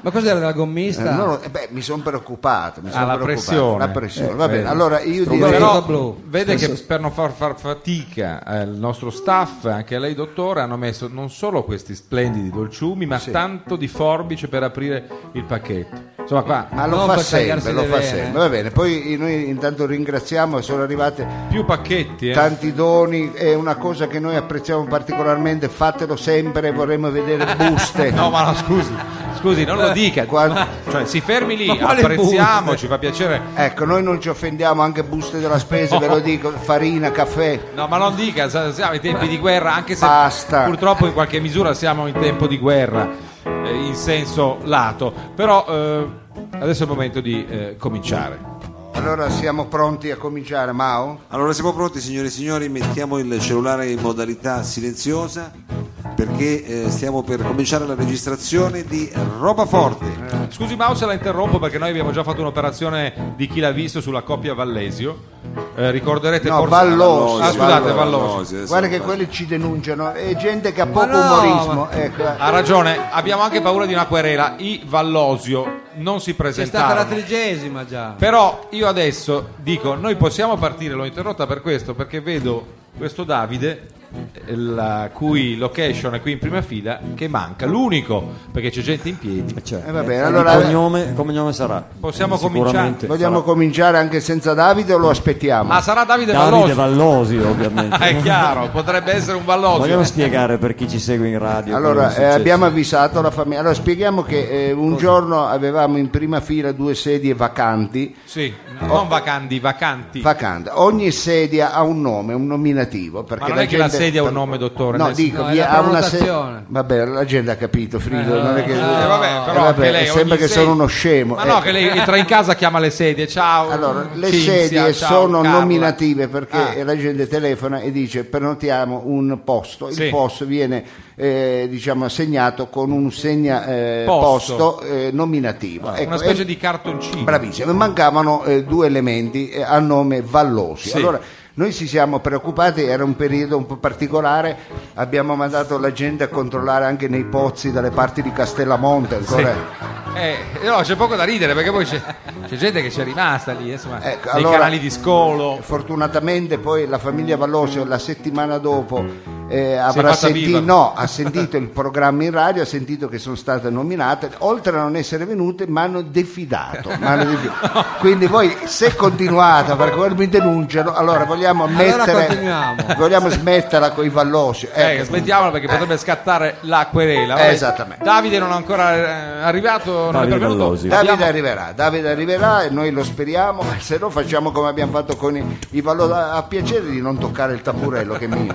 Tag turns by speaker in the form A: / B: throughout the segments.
A: Ma cos'era della gommista?
B: Eh, no, eh, beh, mi sono preoccupato. Mi son
C: Ah, la
B: preoccupato.
C: pressione.
B: La pressione. Va bene,
C: Eh,
B: allora io
A: strumento.
B: direi...
A: Però-
C: Però
A: blu.
C: vede che
A: Spesso-
C: per non far, far fatica eh, il nostro staff, anche lei dottore, hanno messo non solo questi splendidi dolciumi, ma tanto di forbice per aprire il pacchetto. Insomma, qua
B: Ma lo
A: Non
B: fa
A: per
B: sempre,
A: tagliarsi
B: lo
A: le
B: fa
A: vene. eh.
B: sempre. Va bene, poi noi intanto ringraziamo, sono arrivate
C: più pacchetti, eh.
B: tanti doni, è una cosa che noi apprezziamo particolarmente, fatelo sempre, vorremmo vedere buste.
C: No, ma no, scusi, scusi, non lo dica.
B: Qua-
C: Cioè, si fermi lì,
A: Eh, Ma quale
C: apprezziamo,
A: buste?
C: ci fa piacere.
B: Ecco, noi non ci offendiamo, anche buste della spesa, ve lo dico, farina, caffè.
C: No, ma non dica, sa- siamo in tempi di guerra, anche se
B: Basta.
C: purtroppo in qualche misura siamo in tempo di guerra, eh, in senso lato. Però eh, adesso è il momento di eh, cominciare.
B: Allora siamo pronti a cominciare, Mao?
D: Allora siamo pronti signore e signori, mettiamo il cellulare in modalità silenziosa perché eh, stiamo per cominciare la registrazione di Roba Forte.
C: Scusi Mao se la interrompo perché noi abbiamo già fatto un'operazione di chi l'ha visto sulla coppia Vallesio. Eh, ricorderete
B: No,
C: forse
B: Valloso,
C: Ah, scusate,
B: Valloso.
C: Valloso.
B: Guarda che quelli ci denunciano, è gente che ha poco
A: no,
B: umorismo.
A: ma-
B: Ecco, eh.
C: Ha ragione, abbiamo anche paura di una querela. I Vallosio non
A: C'è
C: si
A: stata la
C: presentarono.
A: tredicesima già.
C: Però io adesso dico, noi possiamo partire, l'ho interrotta per questo, perché vedo questo Davide, eh, la cui location è qui in prima fila, che manca, l'unico, perché c'è gente in piedi.
B: Eh, va bene, allora-
E: certo. il cognome, il cognome sarà.
C: Possiamo
E: Sicuramente
B: Vogliamo
E: sarà.
B: cominciare anche senza Davide o lo aspettiamo?
C: Ah, sarà Davide, Vallosio.
E: Davide Vallosi, ovviamente.
C: Ah, è chiaro, potrebbe essere un Vallosio.
E: Vogliamo spiegare per chi ci segue in radio. cosa
B: Allora,
E: è
B: eh,
E: successo?
B: abbiamo avvisato la famiglia. Allora, spieghiamo che eh, un giorno avevamo in prima fila due sedie vacanti.
C: Sì, non vacanti, vacanti.
B: Vacante. Ogni sedia ha un nome, un nominativo. Perché
C: Ma non
B: la
C: è che la
B: gente-
C: sedia ha un nome, dottore,
B: No,
C: nel-
B: dico,
A: No, è
B: vi-
A: la
B: ha una
A: prenotazione.
B: sedia. Vabbè, la gente ha capito, Frido. non è che...
A: eh,
C: Eh, vabbè, però
B: Eh, vabbè,
C: anche lei
B: sembra
C: ogni
B: che
C: sed-
B: sono uno scemo.
C: Ma no,
B: Eh.
C: che lei entra in casa, chiama le sedie, ciao.
B: Allora, le
C: Cinzia,
B: sedie
C: ciao,
B: sono
C: Carla.
B: nominative perché
C: Ah.
B: la gente telefona e dice prenotiamo un posto. Il
C: Sì.
B: posto viene eh, diciamo assegnato con un segna eh,
C: Posto. Ah,
B: posto eh, nominativo.
C: Una specie
B: eh.
C: di cartoncino.
B: Bravissimo, mancavano eh, due elementi eh, a nome Vallosi.
C: Sì.
B: Allora, noi ci siamo preoccupati, era un periodo un po' particolare, abbiamo mandato la gente a controllare anche nei pozzi dalle parti di Castellamonte. Ancora.
C: Eh, no, c'è poco da ridere perché poi c'è, c'è gente che c'è rimasta lì, insomma,
B: Ecco,
C: nei
B: allora-
C: canali di scolo.
B: Fortunatamente poi la famiglia Vallosio la settimana dopo eh, avrà
C: fatta
B: senti-
C: viva.
B: no, ha sentito il programma in radio, ha sentito che sono state nominate, oltre a non essere venute mi hanno defidato. mi hanno defidato. Quindi voi se continuate a fare come mi denunciano, allora vogliamo mettere,
A: continuiamo.
B: vogliamo smetterla con i Vallosio.
C: Eh,
B: Ecco.
C: aspettiamola perché potrebbe scattare la querela. Vabbè,
B: Esattamente.
C: Davide non è ancora eh, arrivato, non è
E: Davide
C: pervenuto.
E: Dallosi.
B: Davide
C: Abbiamo-
B: arriverà, Davide arriverà e noi lo speriamo, ma se no facciamo come abbiamo fatto con i, i Vallosio, ha piacere di non toccare il tamburello che mi...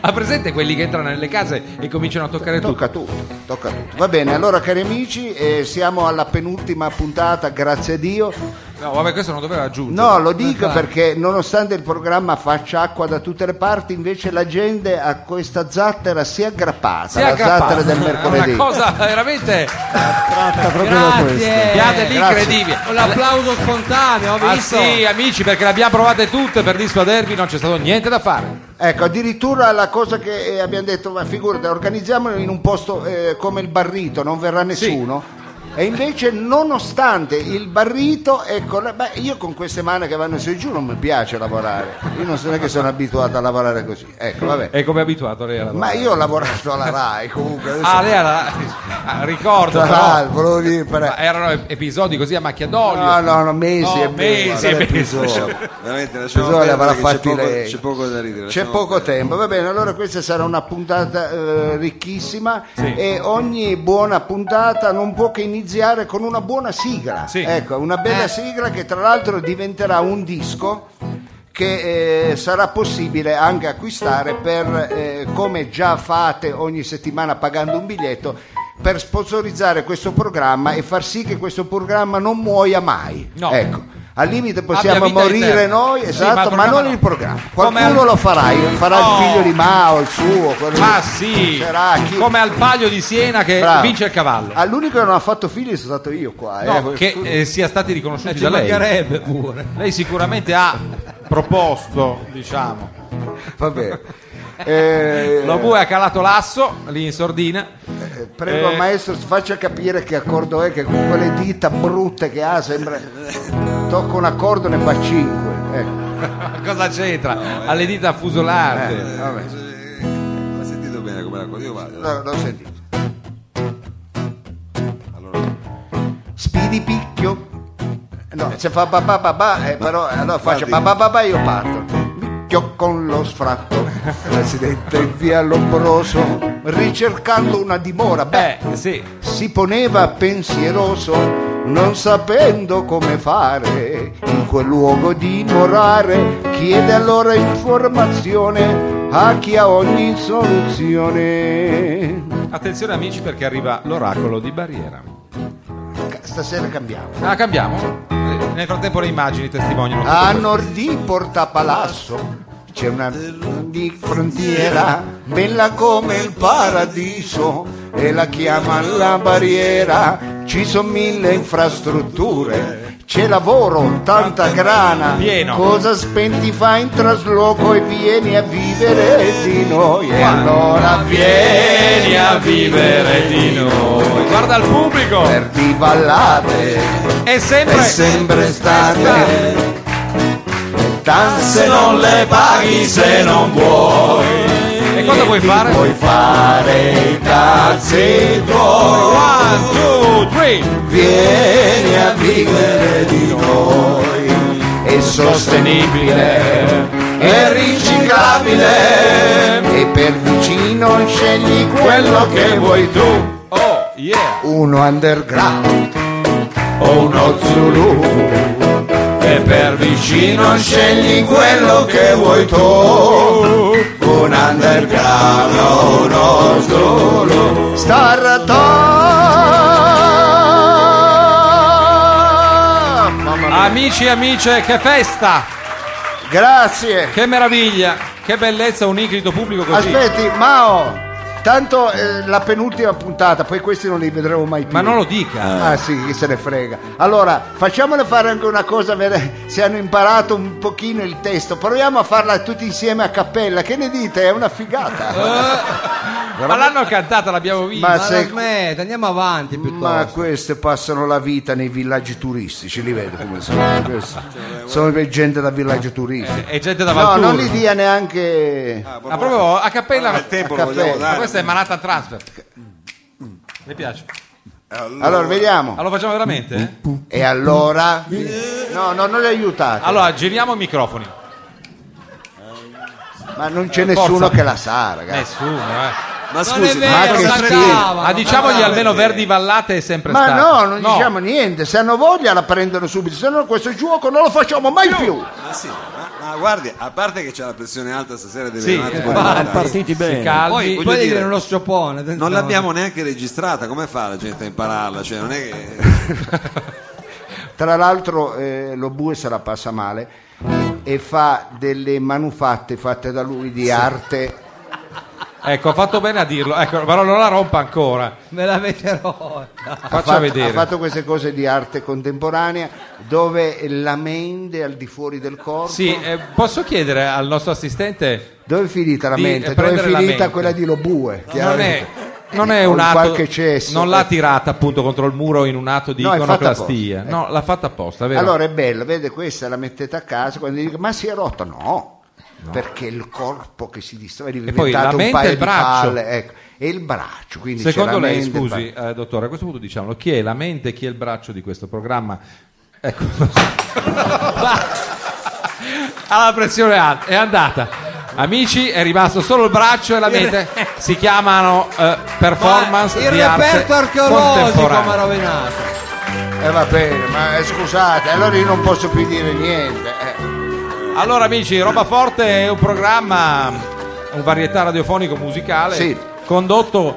C: Ha presente quelli che entrano nelle case e cominciano a toccare tutto?
B: Tocca tutto, tocca tutto. Va bene, allora cari amici, eh, siamo alla penultima puntata, grazie a Dio.
C: No, vabbè, questo non doveva aggiungere.
B: No, lo dico perché nonostante il programma faccia acqua da tutte le parti, invece la gente a questa zattera si è aggrappata,
C: Si è
B: la
C: aggrappato.
B: zattera del
C: È
B: mercoledì.
C: una cosa veramente
E: Tratta Ah, proprio da questo.
A: Grazie.
C: piate lì
B: grazie.
C: incredibile.
A: Con l'applauso spontaneo, ho
C: Ah
A: visto.
C: sì, amici, perché le abbiamo provate tutte per dissuadervi, non c'è stato niente da fare.
B: Ecco, addirittura la cosa che eh, abbiamo detto, ma figurati, organizziamolo in un posto eh, come il Barrito, non verrà nessuno. E invece, nonostante il barrito, ecco, la- beh, io con queste mani che vanno su e giù non mi piace lavorare. Io non so neanche che sono abituato a lavorare così. Ecco, vabbè.
C: E come è abituato lei a lavorare?
B: Ma io ho lavorato alla RAI comunque. adesso-
C: Ah, lei era... ah, ricordo,
B: Tra
C: però,
B: l'altro, Ah, volevo dire, per-
C: ma erano ep- episodi così a macchia d'olio.
B: No, no, no, mesi
C: No,
B: e mesi.
C: mesi e
B: guarda,
C: mesi.
B: episodio.
D: Veramente lasciamo
B: Tesoro,
D: perdere
B: l'avrà
D: che
B: fatti
D: c'è, poco,
B: lei.
D: c'è poco da ridere.
B: C'è
D: lasciamo
C: Eh.
B: poco
D: perdere.
B: tempo, va bene, allora questa sarà una puntata eh, ricchissima
C: Sì.
B: e ogni buona puntata non può che iniziare con una buona sigla,
C: Sì.
B: ecco, una bella sigla che tra l'altro diventerà un disco che eh, sarà possibile anche acquistare per, eh, come già fate ogni settimana pagando un biglietto, per sponsorizzare questo programma e far sì che questo programma non muoia mai.
C: No.
B: Ecco. Al limite
C: Abbia
B: possiamo
C: vita
B: morire
C: eterna.
B: noi,
C: Sì,
B: esatto,
C: ma
B: ma,
C: il programma
B: non
C: no.
B: il programma.
C: Come
B: Qualcuno
C: al-
B: lo farà, farà
C: No.
B: il figlio di Mao, il suo, quello
C: Ma
B: che
C: sì,
B: sarà chi-
C: come al palio di Siena che
B: Bravo.
C: vince il cavallo.
B: Ah, l'unico che non ha fatto figli sono stato io qua.
C: No,
B: eh.
C: che
B: Scusa.
C: eh, sia stati riconosciuti
A: Eh, ci
C: da lei.
A: mancherebbe pure.
C: Lei sicuramente ha proposto, diciamo.
B: Vabbè. Eh,
C: Lo bue ha calato l'asso lì in sordina.
B: eh, prego
C: eh.
B: maestro faccia capire che accordo è che con quelle dita brutte che ha sembra tocca un accordo ne fa cinque ecco.
C: Ma cosa c'entra? Alle dita affusolate.
B: Eh, vabbè.
D: Eh, l'ha sentito bene come l'acqua? Io vado.
B: Allora, l'ho sentito
D: Allora,
B: Spidi picchio. Eh, No, se fa babà babà, eh, però allora faccio
D: guardi.
B: babà babà io parto. Picchio con lo sfratto. Presidente in via Lombroso, ricercando una dimora. Beh,
C: Beh, Eh, sì.
B: si poneva pensieroso, non sapendo come fare in quel luogo dimorare. Chiede allora informazione a chi ha ogni soluzione.
C: Attenzione amici perché arriva l'oracolo di Barriera.
B: Ca- Stasera cambiamo.
C: Ah, cambiamo. Eh, Nel frattempo le immagini testimoniano. tutto
B: A
C: questo.
B: nord di Porta Palazzo c'è una di frontiera bella come il paradiso e la chiamano la barriera. Ci sono mille infrastrutture, c'è lavoro, tanta grana.
C: Pieno.
B: Cosa spenti fai in trasloco e vieni a vivere di noi? E allora
C: Vieni a vivere di noi. Guarda il pubblico.
B: perdi ballate
C: È sempre...
B: è sempre estate. Tanse non le paghi se non
C: E cosa vuoi fare?
B: Puoi fare i cazzi tuoi,
C: One, two, three.
B: vieni a vivere di noi. È sostenibile, è riciclabile e per vicino scegli quello che vuoi tu.
C: Oh, yeah.
B: Uno underground o uno zulu e per vicino scegli quello che vuoi tu. Un underground o uno zulu. Star Top! Mamma mia.
C: Amici e amiche, che festa!
B: Grazie.
C: Che meraviglia! Che bellezza un icrito pubblico così.
B: Aspetti, Mao. Tanto eh, la penultima puntata, poi questi non li vedremo mai più.
C: Ma non lo dica.
B: Ah sì, chi se ne frega. Allora, facciamole fare anche una cosa, vedere se hanno imparato un pochino il testo. Proviamo a farla tutti insieme a cappella. Che ne dite? È una
C: Eh,
B: figata.
C: Ma l'hanno cantata, l'abbiamo vista.
B: Ma
A: Ma
B: se-
A: la smetta, andiamo avanti piuttosto.
B: Ma queste passano la vita nei villaggi turistici, li vedo come sono. Questi Sono gente da villaggio turistico.
C: È gente da
B: No,
C: Valturno.
B: non li dia neanche...
D: Ah,
C: Ma proprio a cappella.
D: il tempo lo
B: a
D: vogliamo
B: cappella.
D: dare.
C: Ma questa è Manhattan Transfer. Mi piace.
D: Allora,
B: Allora, vediamo.
C: Ma lo facciamo veramente? eh?
B: E allora... No, no, non li aiutate.
C: Allora, giriamo i microfoni.
B: Ma non c'è nessuno
C: Forza.
B: che la sa, ragazzi.
C: Nessuno, eh.
D: ma
A: Non è
D: scusi,
A: vero,
B: Ah, che
A: la
B: sì.
A: cavano,
C: Ma dicamogli
A: la
C: almeno
D: perché?
C: Verdi Vallate è sempre
B: Ma
C: stato.
B: no, non diciamo niente, se hanno voglia la prendono subito, se no questo gioco non lo facciamo mai più.
D: ma sì, ma, ma guardi, a parte che c'è la pressione alta stasera, deve
C: Sì,
D: un
B: eh,
D: attimo
C: infatti.
E: Sono
D: guardare.
E: partiti bene.
A: Poi,
C: Calvi.
D: voglio
A: poi devi
D: dire,
A: dire uno sciopone. attenzione.
D: Non l'abbiamo neanche registrata, come fa la gente a impararla? Cioè, non è che...
B: Tra l'altro eh, lo bue se la passa male e fa delle manufatte fatte da lui di arte.
C: Ecco, ha fatto bene a dirlo. Ecco, però non la rompa ancora.
A: Me l'avete rotta.
B: Ha
C: Faccia
B: fatto,
C: vedere.
B: ha fatto queste cose di arte contemporanea dove la mente è al di fuori del corpo.
C: Sì, eh, posso chiedere al nostro assistente.
B: Dove è finita la
C: Di-
B: mente?
C: eh,
B: Dove è
C: prendere la
B: finita
C: mente.
B: quella di Lobue?
C: Non è, non è
B: Con
C: un atto.
B: qualche cesso. Eh.
C: Non l'ha tirata appunto contro il muro in un atto di
B: No, è fatta
C: iconoclastia.
B: apposta. ecco.
C: No, l'ha fatta apposta, vero?
B: Allora è bello, vede questa la mettete a casa quando dico ma si è rotta, no, perché è il corpo che si distrugge è
C: poi la
B: diventato un
C: mente e
B: paio
C: il
B: di
C: braccio.
B: palle ecco. e il braccio. Quindi c'è
C: Secondo
B: la
C: lei,
B: mente, il
C: scusi, eh, dottore, a questo punto diciamolo, chi è la mente e chi è il braccio di questo programma? Ecco. Alla pressione alta, è andata. Amici, è rimasto solo il braccio e la mente. Si chiamano eh, performance
A: Ma Il
C: di arte
A: reperto archeologico mi ha
C: contemporanea.
A: rovinato.
B: braccio. Eh, va bene, ma eh, scusate, allora io non posso più dire niente. eh.
C: Allora, amici, Roba Forte è un programma, un varietà radiofonico musicale
B: Sì.
C: condotto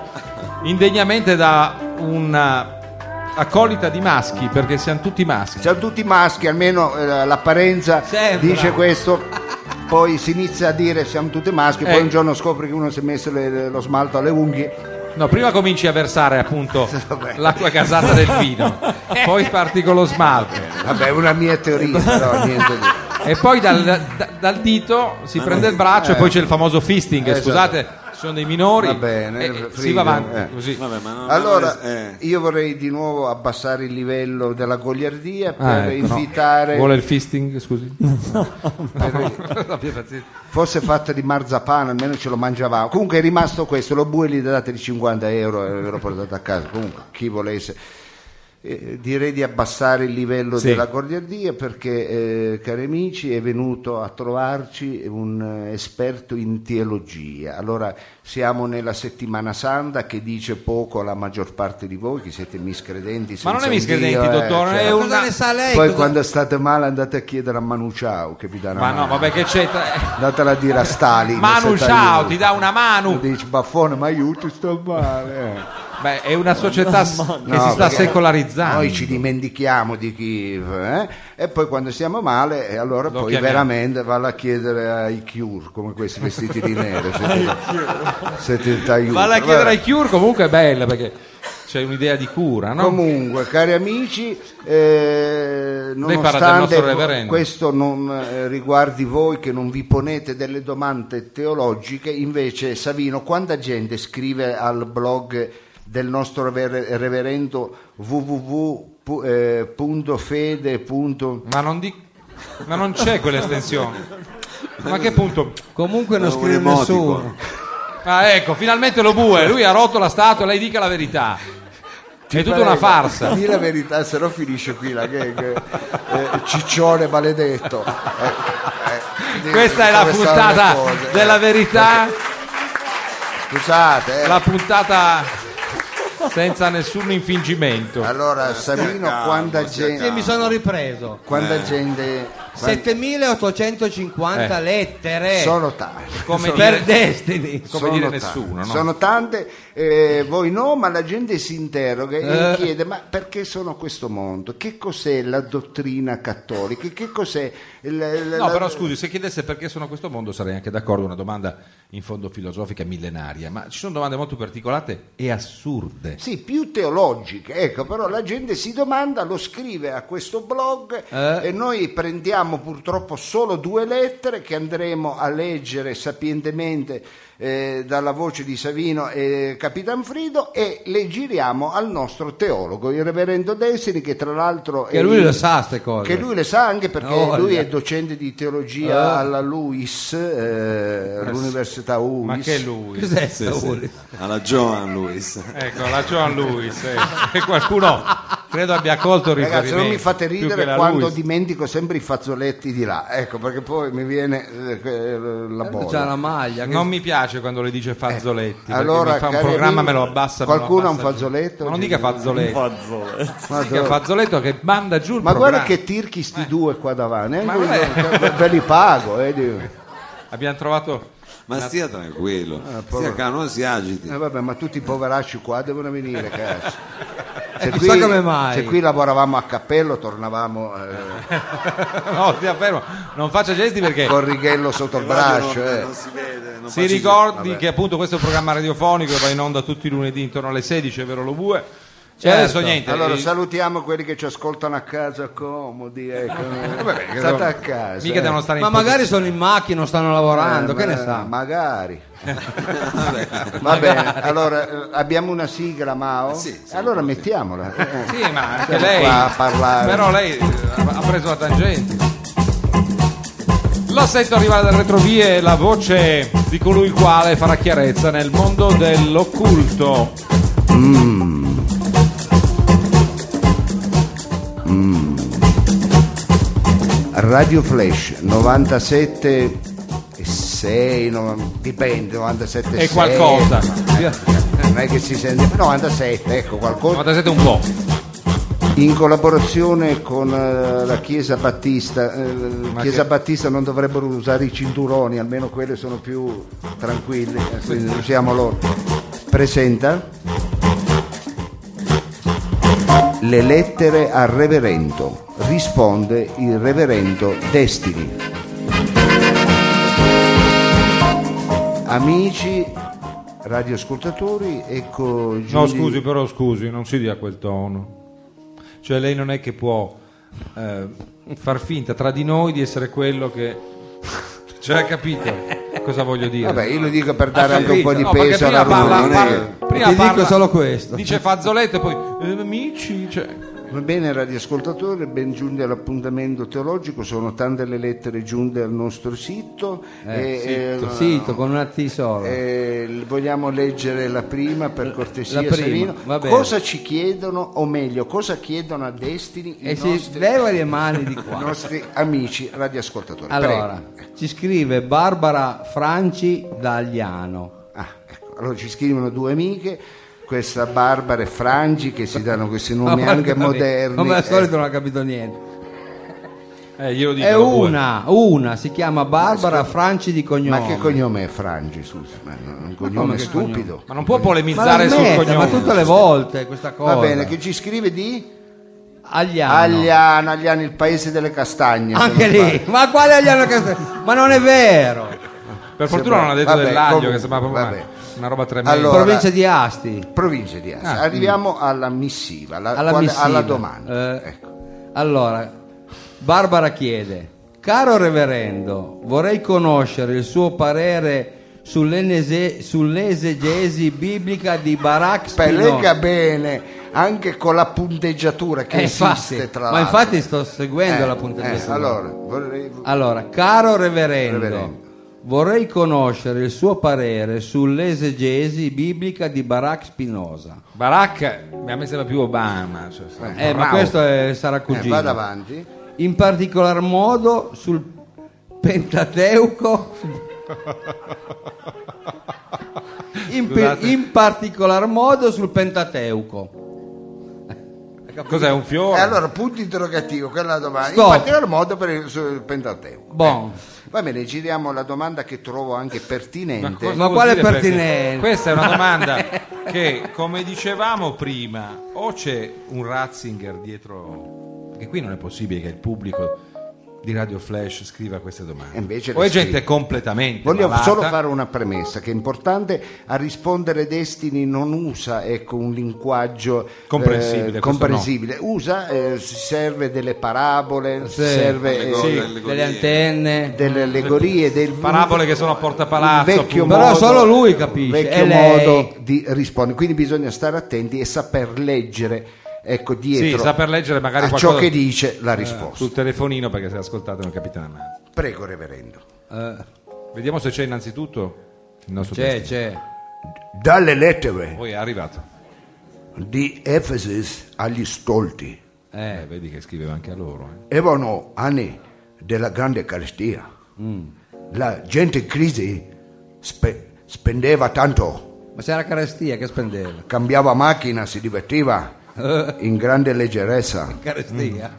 C: indegnamente da una accolita di maschi, perché siamo tutti maschi.
B: Siamo tutti maschi, almeno eh, l'apparenza
A: Sembra.
B: dice questo. Poi si inizia a dire siamo tutti maschi, poi
C: Eh.
B: un giorno scopri che uno si è messo le- lo smalto alle unghie.
C: No, prima cominci a versare appunto
B: Vabbè.
C: l'acqua casata del vino, poi parti con lo smalto.
B: Vabbè, è una mia teoria, però niente di...
C: e poi dal, da- dal dito
B: Ah,
C: si prende il braccio e poi c'è il famoso fisting.
B: Eh. Esatto.
C: Scusate, sono dei minori.
B: Va bene,
C: e- e si
B: freedom,
C: va avanti
B: eh.
C: così.
D: Vabbè, ma non-
B: Allora,
D: eh,
B: io vorrei di nuovo abbassare il livello della gogliardia per
C: Ah, ecco, no.
B: invitare,
C: Vuole il fisting? Scusi.
B: fosse fatta di marzapano, almeno ce lo mangiavamo. Comunque è rimasto questo, lo bue gli date di 50 euro e ve lo portate a casa, comunque chi volesse. Eh, direi di abbassare il livello
C: Sì.
B: della gogliardia perché, eh, cari amici, è venuto a trovarci un eh, esperto in teologia. Allora, siamo nella settimana santa che dice poco alla maggior parte di voi che siete miscredenti.
C: Ma non
B: senza
C: è
B: un
C: miscredenti,
B: Dio, eh,
C: dottore,
B: cioè,
C: è un-
A: Cosa
C: una-
A: ne sa lei?
B: Poi
A: Cosa-
B: quando state male andate a chiedere a Manu Ciao che vi dà una
C: Ma no,
B: mano.
C: vabbè, che Eh, c'è.
B: Datela a dire a Stalin.
C: Manu,
B: se
C: ciao,
B: t'aiuta.
C: ti dà una mano.
B: Dici baffone, ma aiuto, sto male. eh.
C: Beh, è una società s- che
B: No,
C: si sta
B: perché
C: secolarizzando.
B: Noi ci dimentichiamo di chi eh? e poi quando siamo male, e allora
C: Lo
B: poi
C: chiamiamo.
B: veramente valla a chiedere ai Cure come questi vestiti di nero. se ti- se ti t'aiuta.
C: Vale a chiedere
B: Vabbè.
C: ai Cure, comunque è bella perché c'è un'idea di cura, no?
B: Comunque, cari amici, eh,
C: parla del
B: nonostante
C: nostro reverendo.
B: questo non eh, riguardi voi che non vi ponete delle domande teologiche, invece Savino, quanta gente scrive al blog del nostro rever- reverendo eh, www.fede.
C: Ma non, di- ma non c'è quell'estensione. Ma che punto?
A: Comunque non
D: No, un
A: scrive
D: emotico.
A: nessuno.
C: Ah, ecco, finalmente lo bue. Lui ha rotto la statua, lei dica la verità. è tutta una farsa.
B: Dì la verità, se no finisce qui la gag. Eh, ciccione maledetto. Eh, eh, di-
C: Questa è la
B: come stanno le
C: puntata
B: cose. eh.
C: della verità,
B: Scusate, eh.
C: la puntata senza nessun infingimento.
B: Allora, Savino,
D: calmo,
B: quanta
D: stia
B: gente,
A: Sì, mi sono ripreso.
B: quanta gente
C: Eh.
A: 7850 lettere
B: sono tante.
C: Come
A: per
C: dire,
A: Destiny.
C: come
B: sono
C: dire
B: tante.
C: nessuno, no?
B: Sono tante, eh, voi no, ma la gente si interroga e
A: Eh.
B: chiede: ma perché sono questo mondo? Che cos'è la dottrina cattolica? Che cos'è il- la-
C: No, però scusi, se chiedesse perché sono a questo mondo sarei anche d'accordo, una domanda in fondo filosofica millenaria, ma ci sono domande molto particolate e assurde.
B: Sì, più teologiche, ecco, però la gente si domanda, lo scrive a questo blog
A: Eh.
B: e noi prendiamo purtroppo solo due lettere che andremo a leggere sapientemente eh, dalla voce di Savino e Capitan Frido e le giriamo al nostro teologo, il reverendo Destini, che tra l'altro...
A: Che
B: è
A: lui
B: il-
A: le sa ste cose.
B: Che lui le sa anche perché
A: No,
B: lui
A: voglia.
B: è docente di teologia alla LUIS, eh, all'Università UIS.
C: Ma che lui?
A: Cos'è sta Uli?
D: alla Joan Luis.
C: Ecco, la John Lewis. eh. E qualcuno credo abbia colto il riferimento.
B: Ragazzi, non mi fate
C: più che
B: ridere
C: la
B: quando
C: Lewis.
B: dimentico sempre i fazzoletti di là, ecco perché poi mi viene eh, que- la
A: C'ha
B: bolla.
A: la maglia. che-
C: Non mi piace quando le dice Fazzoletti.
B: Eh,
C: allora,
B: allora,
C: mi fa un
B: cari
C: programma,
B: amici,
C: me lo abbassa. me lo
B: qualcuno ha un
C: abbassa giù.
B: fazzoletto?
C: Ma non dica Fazzoletti.
E: Fazzoletto.
B: Ma,
C: Dica Fazzoletto che manda giù il
B: ma
C: programma.
B: guarda che tirchi sti due qua davanti, eh,
C: Ma
B: lui-
C: non
B: ve li pago. eh, dico.
C: Abbiamo trovato...
D: Ma stia tranquillo, stia
B: povero.
D: calmo, non si agiti.
B: Eh, vabbè, ma tutti i poveracci qua devono venire, cazzo. Se
A: chissà come mai.
B: se qui lavoravamo a cappello tornavamo eh,
C: No, stia fermo. Non faccia gesti perché...
B: con Righello sotto il braccio.
D: non,
B: eh.
D: non si vede, non
C: Si
D: faccio-
C: ricordi
B: vabbè.
C: che appunto questo è un programma radiofonico che va in onda tutti i lunedì intorno alle 16, è vero lo bue? Cioè,
A: Certo.
C: adesso niente.
B: Allora
C: eh,
B: salutiamo quelli che ci ascoltano a casa comodi, ecco.
C: che
B: State a
C: devono-
B: casa.
C: mica
B: eh.
C: devono stare in
A: Ma magari sono in macchina, stanno lavorando,
B: Eh,
A: che
B: ma-
A: ne sa?
B: Magari. Va bene, allora eh, abbiamo una sigla, Mao?
D: sì, sì,
B: allora mettiamola. Eh,
C: posizione. Sì, ma anche
B: Siamo
C: lei.
B: qua a parlare.
C: Però lei eh, ha preso la tangente. Lo sento arrivare dalle retrovie la voce di colui il quale farà chiarezza nel mondo dell'occulto.
B: Eh, Radio Flash 97 e 6, no, dipende, 97
C: E
B: sei.
C: qualcosa.
B: Non è che si sente 97, ecco qualcosa.
C: Guardate siete un po'.
B: In collaborazione con eh, la Chiesa Battista, eh, Chiesa
C: che-
B: Battista non dovrebbero usare i cinturoni, almeno quelli sono più tranquilli, eh, quindi usiamo loro. Presenta le lettere al reverendo, risponde il reverendo Destini. Amici radioascoltatori, ecco
C: No,
B: Giulio-
C: scusi, però scusi, non si dia quel tono. Cioè lei non è che può eh, far finta tra di noi di essere quello che... Cioè, capito cosa voglio dire?
B: Vabbè, io lo dico per dare
C: Ha
B: anche un po' di
C: Ah, capito? No,
B: peso
C: perché
B: alla
C: prima
B: ruola.
C: parla-
B: non è-
C: parla- prima
A: Ti dico
C: parla-
A: solo questo.
C: Dice fazzoletto e poi eh, amici, cioè,
B: Va bene radioascoltatore, ben giunti all'appuntamento teologico, sono tante le lettere giunte al nostro sito. e, eh,
A: Sito con una T sola.
B: eh, vogliamo leggere la prima per cortesia
A: la prima,
B: Savino.
A: va bene.
B: Cosa ci chiedono, o meglio, cosa chiedono a Destini i
A: E si
B: nostri,
A: leva le mani di
B: i
A: qua.
B: nostri amici radioascoltatori?
A: Allora,
B: Prego.
A: ci scrive Barbara Franci Dagliano.
B: Ah, ecco. Allora ci scrivono due amiche, questa Barbara e Frangi che si danno questi nomi anche moderni.
A: Come al
B: Eh,
A: solito non ha capito niente.
C: eh, glielo dico.
A: È
C: lo vuoi.
A: una, una, si chiama Barbara Franci di cognome.
B: Ma che cognome è Frangi? Scusa, ma è un cognome
A: che
B: stupido.
C: Ma non può
A: Ma la
C: polemizzare sul
A: smetta,
C: cognome.
A: ma tutte le volte questa cosa.
B: Va bene, che ci scrive di
A: Agliano.
B: Agliano, Agliano, il paese delle castagne. se
A: Anche
B: non
A: lì.
B: sbaglio.
A: Ma quale Agliano Castello? Ma non è vero.
C: Per fortuna non ha detto
B: Vabbè,
C: dell'aglio,
B: comunque,
C: che sembrava proprio
B: vabbè.
C: una, una roba tremenda.
B: Allora-
A: Provincia di Asti.
B: Provincia di Asti. Arriviamo alla missiva, alla,
A: Ah, mm. Alla,
B: quale-
A: missiva.
B: alla domanda.
A: Eh,
B: Ecco.
A: Allora, Barbara chiede, caro reverendo, vorrei conoscere il suo parere sull'enese- sull'esegesi biblica di Barak
B: Beh, lega
A: Spinoza.
B: bene anche con la punteggiatura che
A: Eh,
B: esiste
A: infatti,
B: tra
A: ma
B: l'altro.
A: infatti sto seguendo
B: Eh,
A: la punteggiatura. Ah,
B: eh, allora, vorrei... eh,
A: Allora, caro reverendo,
B: Reverendo.
A: vorrei conoscere il suo parere sull'esegesi biblica di Barak Spinoza.
C: Barack a me sembra più Obama. cioè, sai.
A: Eh, ma
B: bravo.
A: questo è- sarà
B: Eh,
A: cugino.
B: vado avanti.
A: in particolar modo sul Pentateuco. In, pe-
C: Scusate.
A: in particolar modo sul Pentateuco.
C: Eh, Cos'è un
B: E
C: fiore?
B: Eh, allora, punto interrogativo, quella è la domanda.
A: Stop.
B: In particolar modo per il, sul Pentateuco.
A: Bon.
B: Va bene, giriamo la domanda che trovo anche pertinente.
C: cosa
A: Ma
C: vuol
A: quale
C: dire perché-
A: pertinenza?
C: Questa è una domanda
B: Eh.
C: che, come dicevamo prima, o c'è un Ratzinger dietro, che qui non è possibile che il pubblico di Radio Flash scriva queste domande.
B: E invece le
C: o è
B: scrive.
C: gente completamente
B: Voglio
C: malata.
B: solo fare una premessa che è importante, a rispondere Destini non usa ecco, un linguaggio eh,
C: Comprensibile, questo
B: comprensibile. usa, eh, si serve delle parabole, si
A: Sì.
B: serve eh,
D: Sì.
A: Delle antenne.
B: delle allegorie, del
C: Parabole che sono a porta
B: un
C: palazzo.
B: vecchio
C: appunto.
A: Però
B: modo,
A: solo lui capisce,
B: vecchio
A: e lei?
B: modo di rispondere, quindi bisogna stare attenti e saper leggere ecco, dietro
C: Sì, saper leggere magari
B: a ciò
C: qualcosa- Eh,
B: che dice la risposta.
C: sul telefonino perché se ascoltate non capite una mano.
B: Prego, reverendo.
A: Eh,
C: Vediamo se c'è innanzitutto il nostro
A: c'è,
C: test.
A: c'è.
B: Dalle lettere
C: Poi è arrivato.
B: di Efesis agli stolti.
C: Eh, vedi che scriveva anche a loro. eh.
B: erano anni della grande carestia. Mm. La gente in crisi spe- spendeva tanto,
A: Ma c'era carestia che spendeva.
B: cambiava macchina, si divertiva in grande leggerezza.
A: Carestia.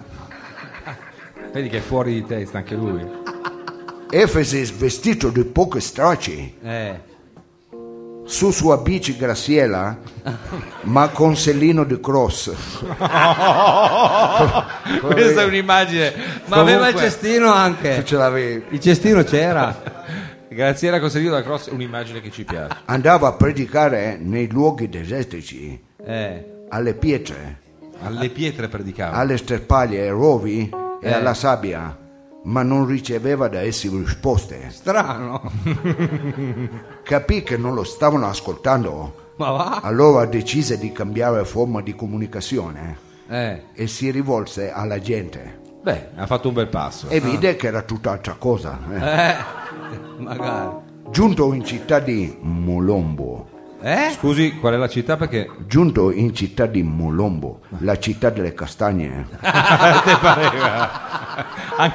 C: Vedi che è fuori di testa anche lui.
B: Efesis vestito di poche stracci,
A: Eh.
B: su sua bici Graziella, ma con sellino di cross.
C: Questa è un'immagine.
A: Ma aveva il cestino anche.
B: Eh, Ce l'avevi.
A: Il cestino c'era.
C: Graziella Costellino da Cross è un'immagine che ci piace.
B: Andava a predicare nei luoghi desertici,
A: Eh.
B: alle pietre,
C: Alle pietre predicava.
B: alle sterpaglie, ai rovi e alla sabbia, ma non riceveva da essi risposte.
A: Strano.
B: Capì che non lo stavano ascoltando,
A: Ma va.
B: allora decise di cambiare forma di comunicazione
A: Eh.
B: e si rivolse alla gente
C: Beh, ha fatto un bel passo.
B: e vide che era tutt'altra cosa. eh.
A: Eh. Magari.
B: Giunto in città di Molombo,
A: Eh?
C: Scusi, qual è la città? Perché
B: giunto in città di Molombo, la città delle castagne,
C: anche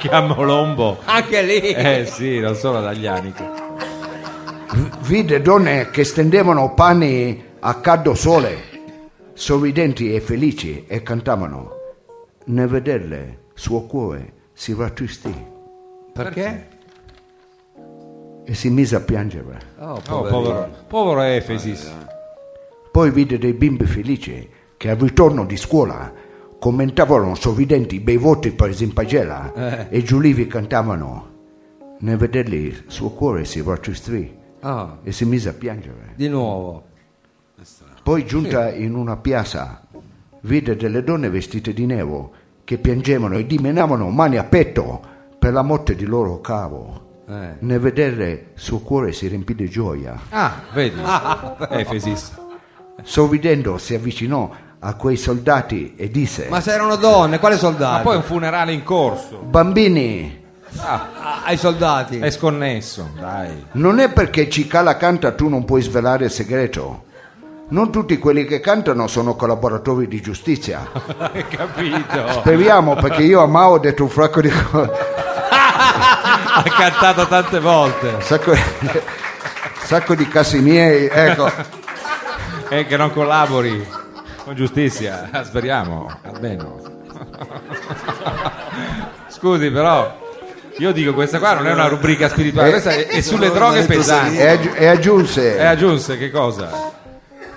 C: a Molombo.
A: Anche lì.
C: Eh sì, non solo ad Aglianico.
B: v- vide donne che stendevano panni a caldo sole, sorridenti e felici e cantavano. Nel vederle, suo cuore si rattristì.
A: Perché?
B: e si mise a piangere.
A: Oh,
C: Oh,
A: povero.
C: povero, povero Efesis.
B: Poi vide dei bimbi felici che al ritorno di scuola commentavano sorridenti i bei voti presi in pagella e Giulivi cantavano. Nel vederli suo cuore si rattristì
A: Ah,
B: e si mise a piangere.
A: di nuovo.
B: Poi giunta in una piazza vide delle donne vestite di nero che piangevano e dimenavano mani a petto per la morte di loro cavo.
A: Eh.
B: Nel vedere suo cuore si riempì di gioia.
C: Ah, vedi. Efesis.
B: Sorridendo si avvicinò a quei soldati e disse:
A: Ma se erano donne, quale
C: Ma
A: soldati?
C: poi è un funerale in corso.
B: Bambini,
A: Ah, ai soldati.
C: È sconnesso, dai.
B: Non è perché Cicala canta tu non puoi svelare il segreto. Non tutti quelli che cantano sono collaboratori di giustizia.
C: Hai capito?
B: Speriamo perché io a Mao ho detto un fracco di cose.
C: Ha cantato tante volte.
B: Sacco, sacco di casi miei, ecco.
C: E Eh, che non collabori con giustizia. Ah, Speriamo, almeno. Scusi, però. Io dico, questa qua non è una rubrica spirituale, questa è, Eh, è sulle droghe pesanti.
B: E, aggi- e
C: E
B: aggiunse,
C: aggiunse che cosa?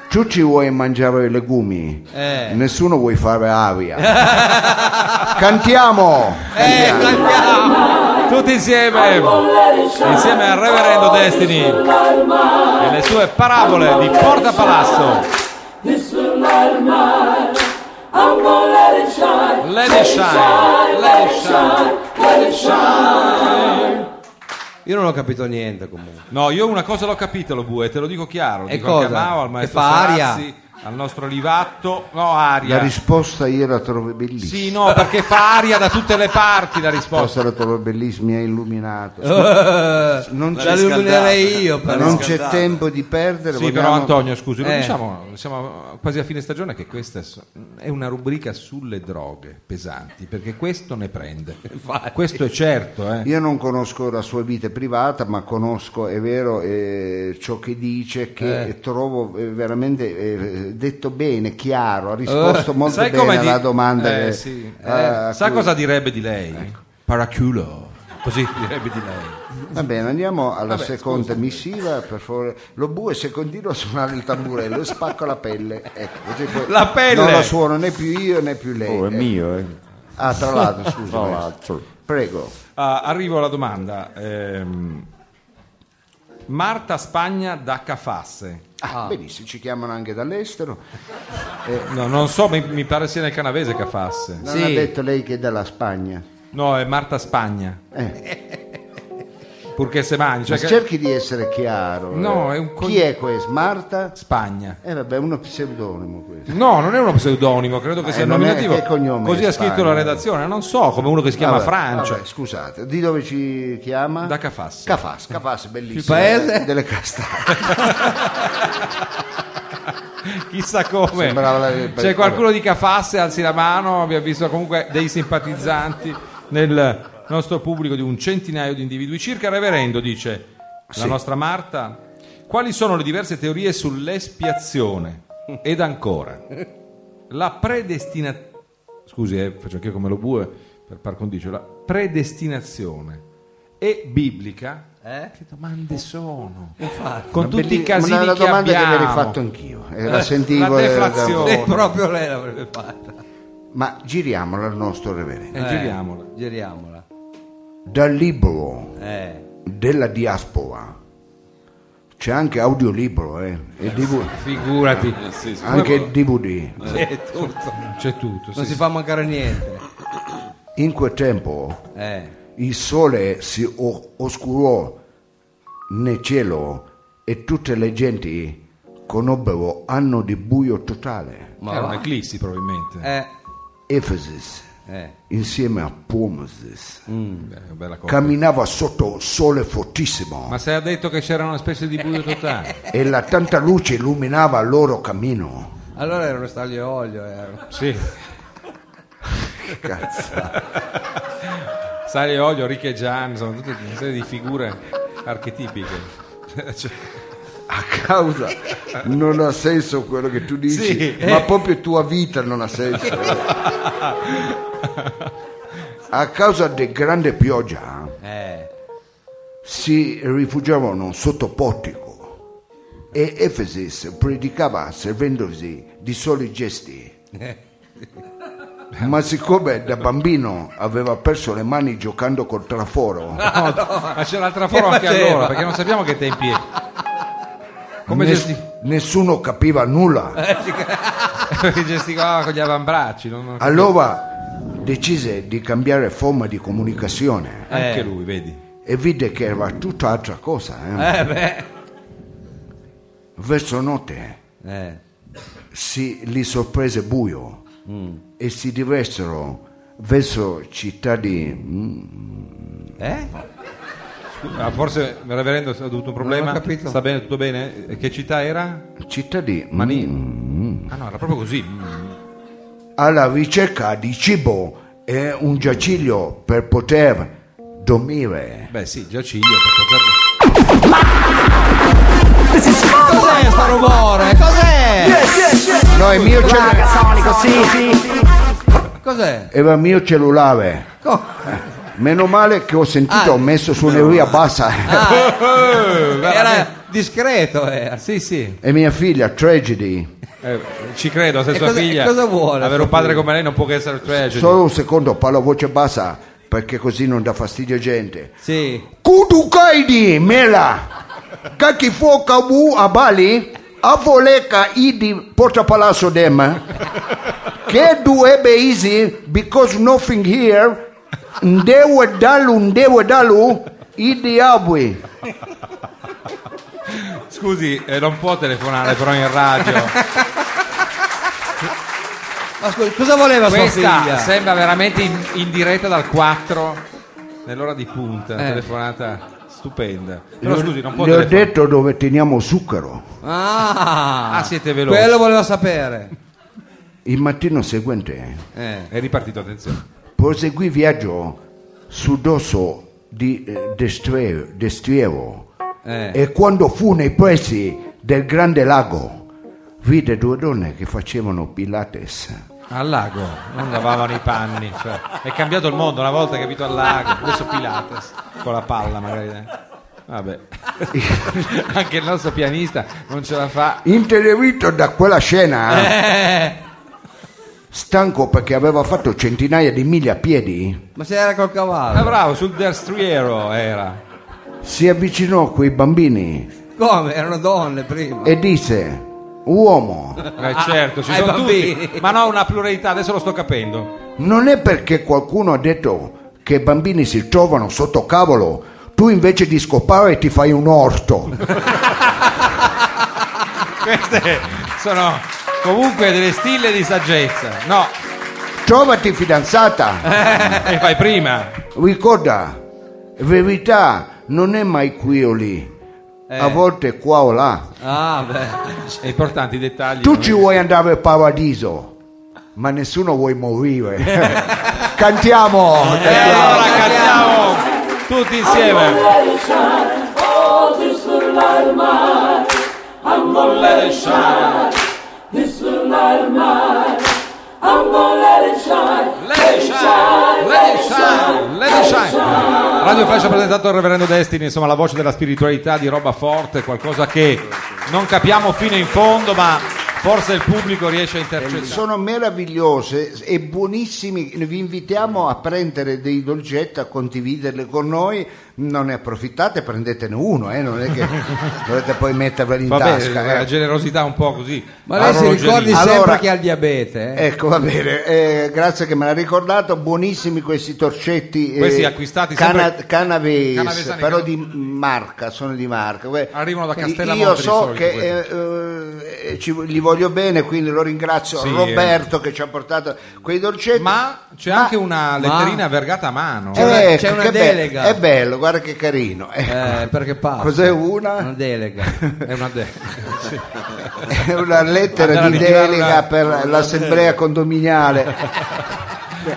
B: tu ci vuoi mangiare i legumi,
A: Eh.
B: nessuno vuoi fare aria. Cantiamo!
A: Eh, cambiamo.
C: Tutti insieme, insieme al reverendo Destiny e le sue parabole di Porta Palazzo.
F: This will light mine. I'm gonna let it shine.
C: Let it shine, let it shine.
F: Let it shine.
A: Io non ho capito niente comunque.
C: No, io una cosa l'ho capita, lo bue, te lo dico chiaro. lo
A: E
C: dico anche a
A: cosa?
C: Mao, al
A: Che
C: maestro
A: fa aria?
C: Sarazzi, al nostro Livatto. No,
B: La
C: aria.
B: risposta io la trovo bellissima.
C: sì, no, perché fa aria da tutte le parti la
B: La
C: risposta.
B: risposta la trovo bellissima, mi ha illuminato.
A: Non
D: c'è
A: la illuminerei
D: scaldata.
A: io però.
B: Non
D: eh. Non
B: c'è
D: scaldate.
B: tempo di perdere.
C: Sì,
B: vogliamo-
C: però Antonio, scusi, lo
A: Eh.
C: diciamo, siamo quasi a fine stagione che questa è so- è una rubrica sulle droghe pesanti, perché questo ne prende. Questo è certo, eh.
B: Io non conosco la sua vita privata, ma conosco, è vero, eh, ciò che dice, che trovo eh, veramente eh, detto bene, chiaro, ha risposto molto
C: Eh. Sai
B: bene
C: come di-
B: alla domanda.
C: Eh,
B: che-
C: sì.
B: eh, a
C: Eh, sa
B: cui- Ecco.
C: cosa direbbe di lei? Paraculo. Così direbbe di lei.
B: Va bene, andiamo alla seconda missiva, per favore. Lo bue, se continuo a suonare il tamburello, spacco la pelle. Ecco, così poi
C: La pelle!
B: Non la suono né più io né più lei.
E: Oh, è
B: Ecco.
E: mio, eh.
B: Ah, tra l'altro, scusa.
E: Tra l'altro.
B: Prego.
C: Ah, arrivo alla domanda. Ehm, Marta Spagna da Cafasse.
B: Ah, Benissimo, ci chiamano anche dall'estero.
C: No, non so, mi, mi pare sia nel canavese Cafasse.
B: Non
A: Sì.
B: ha detto lei che è dalla Spagna.
C: No, è Marta Spagna. Purché se mangi.
B: Eh. Ma
C: Cioè che-
B: cerchi di essere chiaro.
C: No,
B: eh.
C: è un co-
B: Chi è questo? Marta?
C: Spagna.
B: Eh vabbè, uno pseudonimo questo.
C: No, non è uno pseudonimo, credo che sia
B: Eh, non è-
C: nominativo.
B: che cognome
C: Così
B: è
C: ha scritto
B: Spagna?
C: la redazione, non so, come uno che si chiama
B: Vabbè,
C: Francia.
B: vabbè, scusate, di dove ci chiama?
C: Da Cafasse.
B: Cafas, Cafas, bellissimo. Eh,
A: Il paese?
B: Delle castane.
C: Chissà come.
B: Sembrava la-
C: C'è qualcuno di Cafasse, alzi la mano, abbiamo visto comunque dei simpatizzanti nel nostro pubblico di un centinaio di individui circa. Reverendo dice la nostra Marta, quali sono le diverse teorie sull'espiazione? Ed ancora, la predestinazione... Scusi, eh, faccio anche io come lo bue per par condicio, la predestinazione è biblica?
A: Eh?
C: Che domande sono?
A: Infatti.
C: Con tutti i
B: Belli- una-
C: casini
B: una
C: che
B: domanda che avrei
C: abbiamo.
B: fatto anch'io. Eh, la sentivo.
C: la
B: eh, da-
C: deflazione.
A: E proprio lei l'avrebbe fatta.
B: Ma giriamola al nostro reverendo.
C: Eh, giriamola.
A: Giriamola.
B: Dal libro
A: Eh.
B: della diaspora c'è anche audiolibro, eh, e DV
C: Figurati,
B: anche DVD.
C: eh,
A: C'è tutto.
C: c'è tutto.
A: Non
C: sì,
A: si fa mancare niente.
B: In quel tempo
A: Eh.
B: Il sole si o- oscurò nel cielo e tutte le genti conobbero anno di buio totale.
C: sì. Era un'eclissi probabilmente.
A: Eh.
B: Efesis,
A: Eh.
B: insieme a Pomesis,
C: Beh, è una bella cosa.
B: camminava sotto un sole fortissimo
C: Ma se ha detto che c'era una specie di buio totale?
B: e la tanta luce illuminava il loro cammino.
A: Allora era uno staglio e olio. era.
C: sì.
B: Che cazzo.
C: Sale e olio, Rick e Gian, sono tutte una serie di figure archetipiche. Cioè,
B: A causa non ha senso quello che tu dici,
C: Sì.
B: ma proprio tua vita non ha senso. A causa del grande pioggia
A: Eh.
B: si rifugiavano sotto portico e Efesis predicava servendosi di soli gesti.
C: Eh.
B: Ma siccome da bambino aveva perso le mani giocando col traforo,
C: ma c'è l'altra forma
A: Che
C: anche
A: faceva?
C: allora, perché non sappiamo che tempi è. Come
B: ness-
C: gesti-
B: nessuno capiva nulla.
C: gesticolava con gli avambracci. non- non-
B: Allora decise di cambiare forma di
A: Ah,
B: comunicazione
A: eh.
C: Anche lui, vedi.
B: e vide che era tutt'altra cosa. eh.
C: Eh, beh.
B: Verso notte
A: Eh,
B: si li sorprese buio e si diversero verso città di...
A: eh?
C: Ah, forse il reverendo ha avuto un problema.
A: Non ho capito.
C: Sta bene, tutto bene? Eh, Che città era?
B: città di... mm,
C: Ah no, era proprio così. Mm.
B: alla ricerca di cibo e un giaciglio per poter dormire.
C: Beh sì, già ciglio per poter-
A: Cos'è sto rumore? Cos'è?
B: No, è mio cellulare.
A: Cos'è?
B: Era il mio cellulare. Meno male che ho sentito,
A: Ah.
B: ho messo su un'eria bassa.
A: Eh, Era discreto, era.
C: Sì, sì,
B: E mia figlia, Tragedy,
C: eh, ci credo, se
A: E
C: sua
A: cosa-
C: figlia...
A: cosa vuole
C: Avere un
A: sua
C: padre
A: figlia?
C: come lei non può che essere cioè, tragico.
B: solo un secondo, parlo a voce bassa perché così non dà fastidio a gente.
A: Sì.
B: Kudukaidi, mela! Kakifo kabu a Bali, avoleka idi porta palazzo dem. Che duebe easy, because nothing here, ndewe dalu, ndewe dalu, idi abui.
C: Scusi, eh, non può telefonare però in radio.
A: Ma scusa, cosa voleva sua
C: Questa
A: figlia?
C: sembra veramente in, in diretta dal 4 nell'ora di punta,
A: Eh.
C: telefonata stupenda. Però scusi, non può
B: Le ho
C: telefonare.
B: detto dove teniamo zucchero.
A: Ah,
C: Ah, siete veloci.
A: Quello voleva sapere.
B: Il mattino seguente
A: Eh.
C: È ripartito, attenzione.
B: proseguì viaggio sudoso di eh, Destre- Destriero.
A: Eh.
B: E quando fu nei pressi del Grande Lago, vide due donne che facevano Pilates.
C: Al lago, non lavavano i panni. cioè, è cambiato il mondo, una volta capito al lago, adesso Pilates, con la palla magari. eh. Vabbè, anche il nostro pianista non ce la fa.
B: Intervito da quella scena, stanco perché aveva fatto centinaia di miglia a piedi,
A: Ma se era col cavallo?
C: Ah, bravo, sul destriero era.
B: si avvicinò a quei bambini
A: Come? Erano donne prima.
B: e disse: Uomo,
C: Eh, certo, ci
A: Ah, ai
C: sono
A: bambini.
C: tutti, ma no, una pluralità, adesso lo sto capendo.
B: non è perché qualcuno ha detto che i bambini si trovano sotto cavolo, tu invece di scopare ti fai un orto.
C: Queste sono comunque delle stille di saggezza. No,
B: Trovati fidanzata.
C: e fai prima.
B: Ricorda, verità non è mai qui o lì, a volte è qua o là.
A: Ah, beh.
C: È importante i dettagli.
B: Tu
C: non
B: ci
C: è-
B: vuoi andare al paradiso, ma nessuno vuoi morire. cantiamo! eh.
C: E
B: cantiamo.
C: allora cantiamo tutti insieme. Lady Shine, Lady Shine, Lady Shine. Radio Flash ha presentato il Reverendo Destiny, insomma la voce della spiritualità di roba forte, qualcosa che non capiamo fino in fondo, ma forse il pubblico riesce a intercettare.
B: Sono meravigliose e buonissimi. Vi invitiamo a prendere dei dolcetti, a condividerli con noi. Non ne approfittate, prendetene uno, eh, non è che dovete poi metterveli in
C: Va bene,
B: tasca. eh.
C: la generosità un po' così.
A: Ma lei si
C: Arrogerina.
A: ricordi
B: Allora-
A: sempre che ha il diabete? Eh?
B: Ecco, va bene, eh, grazie che me l'ha ricordato, buonissimi questi torcetti. eh,
C: Questi acquistati
B: cana-
C: sempre-
B: Canaves,
C: Canavesani,
B: però
C: che-
B: di marca, sono di marca. Que-
C: Arrivano da Castellamonte
B: Io
C: di
B: so
C: solito
B: che eh, eh, ci- li voglio bene, quindi lo ringrazio
C: Sì, eh.
B: Roberto che ci ha portato quei dolcetti.
C: Ma c'è
B: Ma-
C: anche una letterina vergata a mano.
A: C'è una-
B: Eh,
A: c'è una
B: che bello,
A: delega.
B: è bello, guarda che carino. ecco.
A: Eh, perché passa.
B: Cos'è una?
A: Una delega.
C: È una de- sì.
B: È una lettera
C: Andare
B: di
C: a ritirare
B: delega
C: una-
B: per l'assemblea condominiale.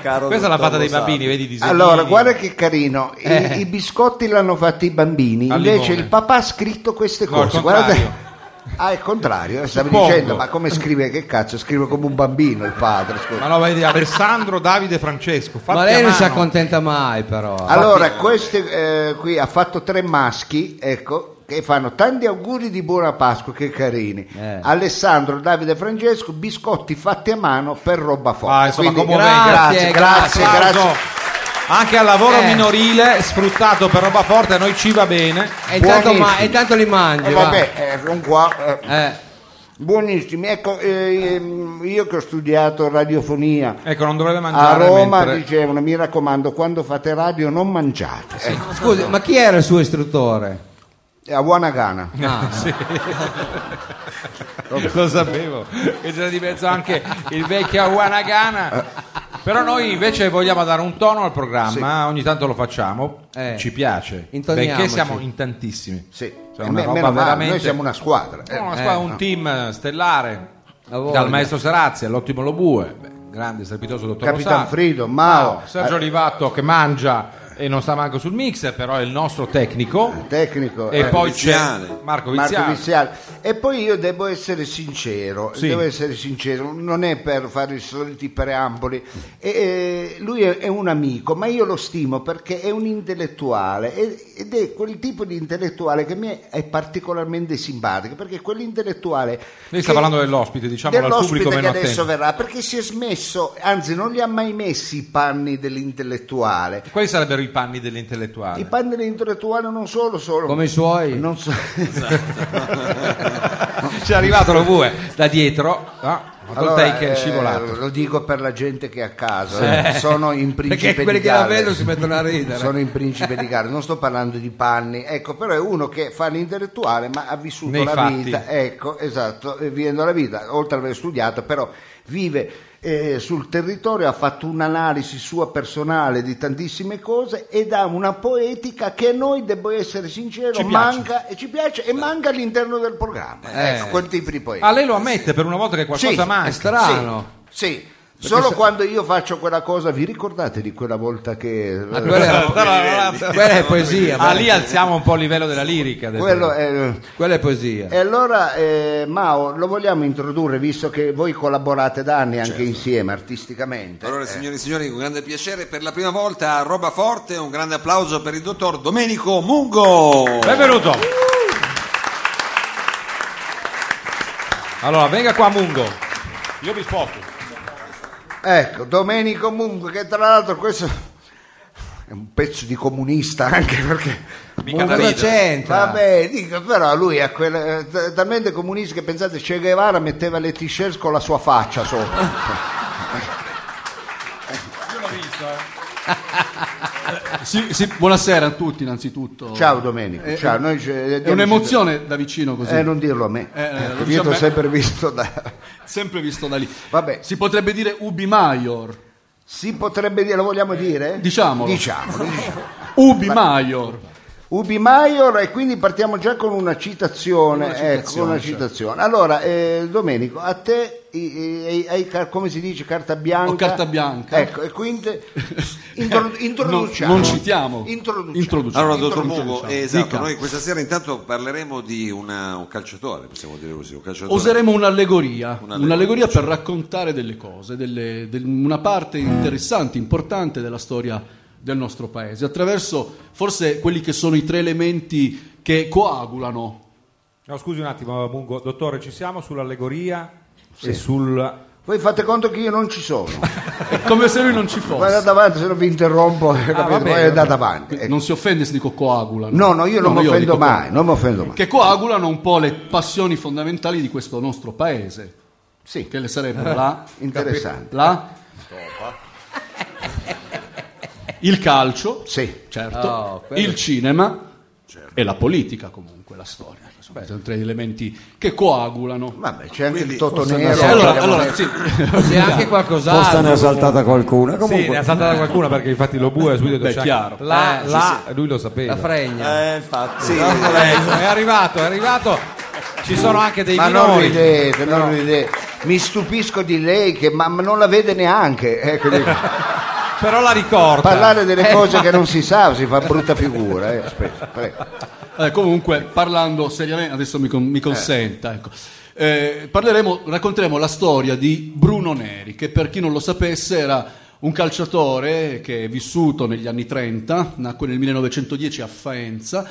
E: Caro
C: Questa è la
E: dottor
C: fatta dei
E: Lo Sapio.
C: bambini, vedi i disegnini.
B: Allora, guarda che carino, i- i, biscotti l'hanno fatti i bambini,
C: Al
B: invece
C: limone.
B: il papà ha scritto queste
C: No, al
B: cose.
C: contrario.
B: guardate. Ah, è il contrario, eh, stavo
C: Suppongo.
B: dicendo, ma come scrive? Che cazzo, scrive come un bambino il padre. scusa.
C: Ma no, vedi, Alessandro, Davide, Francesco. fatti
A: Ma
C: a
A: lei non
C: mano.
A: si accontenta mai, però.
B: Allora, queste eh, qui ha fatto tre maschi, ecco, che fanno tanti auguri di buona Pasqua, che carini.
A: Eh.
B: Alessandro, Davide e Francesco, biscotti fatti a mano per roba forte.
C: Ah, insomma,
B: Quindi,
C: commovente.
B: grazie, grazie, grazie. Eh,
C: Applauso Anche al lavoro
A: Eh.
C: minorile sfruttato per roba forte, a noi ci va bene.
A: E intanto, ma,
B: buonissimo.
A: e intanto li mangi.
B: Eh,
A: va.
B: vabbè, eh, non qua, eh.
A: Eh,
B: Buonissimi, ecco, ehm, io che ho studiato radiofonia
C: Ecco, non dovrebbe
B: a
C: mangiare
B: Roma
C: mentre...
B: dicevano, mi raccomando, quando fate radio non mangiate.
A: Scusi, ma chi era il suo istruttore? Ah,
B: Eh, A buona gana.
C: Lo sapevo, che c'era di mezzo anche il vecchio Wanagana. Però noi invece vogliamo dare un tono al programma, ogni tanto lo facciamo,
A: Eh.
C: ci piace,
A: Intoniamoci.
C: perché siamo in tantissimi.
B: Sì.
C: Cioè,
B: Eh,
C: una
B: me-
C: roba
B: meno male,
C: veramente-
B: Noi siamo una squadra. eh.
C: Siamo una squadra, un team stellare,
A: A voglia.
C: dal maestro Sarazzi all'ottimo Lobue, beh, grande strepitoso dottor
B: Capitan
C: Rosato.
B: Frido, Mao,
C: Ciao, Ah, Sergio Olivato che mangia e non sta manco sul mixer, però è il nostro tecnico.
B: tecnico.
C: E
B: eh.
C: poi c'è
D: Viziale.
C: Marco
B: Marco
C: Viziale.
B: Viziale. E poi io devo essere sincero,
C: Sì.
B: devo essere sincero, non è per fare i soliti preamboli. E, eh, lui è, è un amico, ma io lo stimo perché è un intellettuale e- ed è quel tipo di intellettuale che mi è, è particolarmente simpatico, perché quell'intellettuale
C: Lei sta
B: che-
C: parlando dell'ospite, diciamolo al
B: dell'ospite
C: pubblico
B: che
C: meno
B: adesso
C: attento.
B: verrà, perché si è smesso, anzi non li ha mai messi i panni dell'intellettuale.
C: Quali sarebbero i panni dell'intellettuale?
B: I panni dell'intellettuale non solo sono
A: Come i suoi?
B: non so-
C: C'è arrivato lo VUE da dietro, no? Allora,
B: Allora,
C: che è
B: eh,
C: scivolato.
B: lo dico per la gente che è a casa, sono in principe
A: Perché quelli
B: di
A: che la
B: Galles.
A: vedono si mettono a ridere.
B: Sono in principe di Galles, non sto parlando di panni, ecco, però è uno che fa l'intellettuale ma ha vissuto
C: Nei
B: la
C: fatti.
B: vita, ecco, esatto, eh, vivendo la vita, oltre ad aver studiato, però vive eh, sul territorio, ha fatto un'analisi sua personale di tantissime cose ed ha una poetica che a noi, devo essere sincero,
C: Ci piace.
B: manca e ci piace e manca all'interno del programma. Ecco, quel tipo di poetica.
C: Ah, lei lo ammette per una volta che Eh. qualcosa
B: Sì,
A: È
C: manca.
A: strano.
B: Sì, sì. solo quando io faccio quella cosa, vi ricordate di quella volta che...
A: Ma Quella, quella è poesia.
C: Ah,
A: guarda.
C: lì alziamo un po' il livello della lirica. del
B: Quello
C: programma.
B: è... eh,
A: Quella è poesia.
B: E allora, eh, Mao, lo vogliamo introdurre, visto che voi collaborate da anni
G: Certo.
B: anche insieme artisticamente.
D: Allora, signore e signori, con grande piacere, per la prima volta a Roba Forte, un grande applauso per il dottor Domenico Mungo.
C: Benvenuto. Allora, venga qua Mungo. Io mi sposto.
B: Ecco, Domenico Mungo, che tra l'altro questo è un pezzo di comunista anche perché...
C: Mica da
A: Cosa
C: ridere.
A: c'entra?
B: Vabbè, dico, però lui è quel- eh, talmente comunista che pensate Che Guevara metteva le t-shirt con la sua faccia sopra.
G: Sì, sì, buonasera a tutti innanzitutto.
B: Ciao Domenico,
G: È-
B: ciao. Noi ci-
G: Eh, È un'emozione da vicino così.
B: Eh, non dirlo a me.
G: Eh, eh,
B: Ecco,
G: lo dice
B: io
G: a
B: ti ho
G: me.
B: sempre visto da...
G: Sempre visto da lì.
B: Vabbè.
G: Si potrebbe dire Ubi Maior.
B: Si potrebbe dire, lo vogliamo dire?
G: Eh, diciamolo.
B: Diciamolo, diciamo.
G: Ubi Maior.
B: Ubi Maior e quindi partiamo già con una citazione.
G: Una citazione,
B: ecco, una
G: certo.
B: citazione. Allora, eh, Domenico, a te i- i- hai, car- come si dice carta bianca?
G: Ho carta bianca.
B: Ecco, e quindi intro- introduciamo.
G: Non, non citiamo.
B: Introduciamo.
G: Introduciamo.
D: Allora, dottor
G: Introduciamo.
D: Mungo, eh, esatto,
G: Dica.
D: noi questa sera intanto parleremo di una- un calciatore, possiamo dire così, un calciatore.
G: Oseremo un'allegoria,
D: Un'allegoria,
G: un'allegoria, per raccontare delle cose, delle- del- una parte interessante, importante della storia del nostro paese, attraverso forse quelli che sono i tre elementi che coagulano
C: No, scusi un attimo, Mungo. Dottore, ci siamo sull'allegoria e sul...
B: Voi fate conto che io non ci sono.
G: È come se lui non ci fosse.
B: Guardate avanti, se no vi interrompo. eh,
G: Ah,
B: capito?
C: va bene,
B: Poi
C: va
B: andate avanti.
G: Quindi
B: ecco.
G: Eh, Non si offende se dico coagulano.
B: No, no, io non mi offendo
G: dico
B: mai,
G: coagulano.
B: non mi offendo mai.
G: Che coagulano un po' le passioni fondamentali di questo nostro paese,
B: Sì,
G: che le sarebbero la...
B: Eh, interessante.
G: la il calcio,
B: Sì.
G: certo,
B: Ah,
A: Oh, quello-
G: il cinema
B: Certo.
G: e la politica comunque, la storia. Insomma, sono tre elementi che coagulano.
B: Vabbè, c'è anche
D: Quindi,
B: il Toto
E: forse
B: Nero.
E: no.
G: allora,
B: abbiamo
G: allora
B: detto.
G: sì.
A: C'è anche
E: Forse ne
A: qualcos'altro.
E: è saltata qualcuna.
C: Sì, ne
E: Comunque,
C: ha saltata qualcuna perché infatti lo bue subito
G: Beh,
B: Cioè,
C: c'è
G: chiaro.
C: La,
A: Eh,
C: la- lui lo sapeva.
A: La fregna.
D: Sì,
C: Ecco, è arrivato, è arrivato. Ci sono anche dei
B: Ma non
C: minori.
B: ridete, non ridete. Mi stupisco di lei che ma, ma non la vede neanche. eh, quindi
C: Però la ricorda.
B: parlare
G: eh,
B: delle cose che non si sa si fa brutta figura. eh, aspetta, prego.
G: Eh, comunque, parlando seriamente, adesso mi, con- mi consenta, ecco. Eh, parleremo, racconteremo la storia di Bruno Neri, che per chi non lo sapesse era un calciatore che è vissuto negli anni 30, nacque nel 1910 a Faenza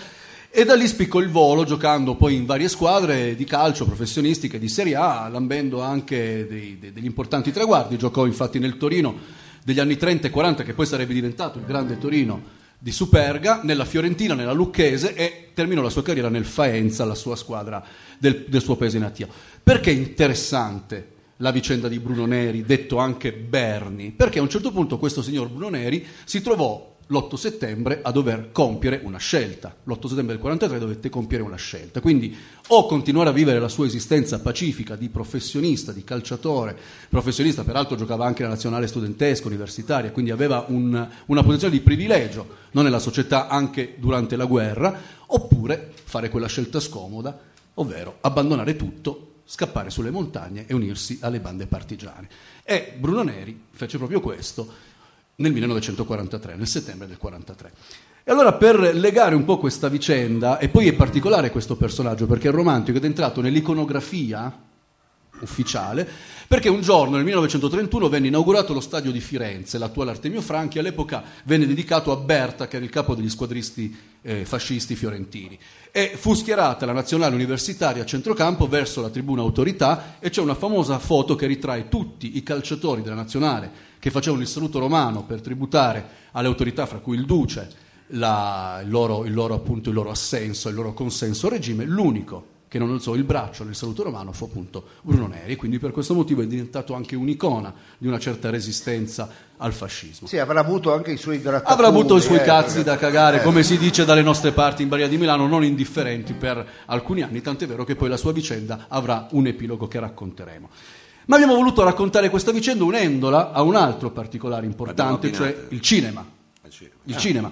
G: e da lì spiccò il volo giocando poi in varie squadre di calcio professionistiche di Serie A, lambendo anche dei- dei- degli importanti traguardi, giocò infatti nel Torino degli anni 30 e 40 che poi sarebbe diventato il grande Torino di Superga, nella Fiorentina, nella Lucchese e terminò la sua carriera nel Faenza, la sua squadra del, del suo paese natio. Perché è interessante la vicenda di Bruno Neri, detto anche Berni? Perché a un certo punto questo signor Bruno Neri si trovò l'8 settembre a dover compiere una scelta. L'8 settembre del 43 dovette compiere una scelta. Quindi o continuare a vivere la sua esistenza pacifica di professionista, di calciatore, professionista, peraltro giocava anche nella nazionale studentesca, universitaria, quindi aveva un- una posizione di privilegio, non nella società anche durante la guerra, oppure fare quella scelta scomoda, ovvero abbandonare tutto scappare sulle montagne e unirsi alle bande partigiane. E Bruno Neri fece proprio questo nel 1943, nel settembre del 43. E allora per legare un po' questa vicenda, e poi è particolare questo personaggio perché è romantico ed è entrato nell'iconografia ufficiale, perché un giorno nel 1931 venne inaugurato lo stadio di Firenze, l'attuale Artemio Franchi, all'epoca venne dedicato a Berta, che era il capo degli squadristi eh, fascisti fiorentini, e fu schierata la nazionale universitaria a centrocampo verso la tribuna autorità e c'è una famosa foto che ritrae tutti i calciatori della nazionale che facevano il saluto romano per tributare alle autorità, fra cui il duce, la- il, loro, il loro, appunto, il loro assenso, il loro consenso al regime, l'unico che non alzò il braccio nel saluto romano fu appunto Bruno Neri, quindi per questo motivo è diventato anche un'icona di una certa resistenza al fascismo.
B: Sì, avrà avuto anche i suoi grattatori.
G: Avrà avuto i suoi
B: eh,
G: cazzi da
B: perché-
G: cagare,
B: eh.
G: come si dice dalle nostre parti in Baria di Milano, non indifferenti per alcuni anni, tant'è vero che poi la sua vicenda avrà un epilogo che racconteremo. Ma abbiamo voluto raccontare questa vicenda unendola a un altro particolare importante,
D: L'abbiamo
G: cioè
D: abbinata.
G: il cinema. Il cinema.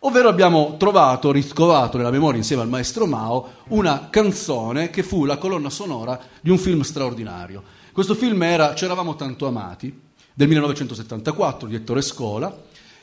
G: Ovvero abbiamo trovato, riscovato nella memoria insieme al maestro Mao, una canzone che fu la colonna sonora di un film straordinario. Questo film era C'eravamo tanto amati, del 1974, di Ettore Scola,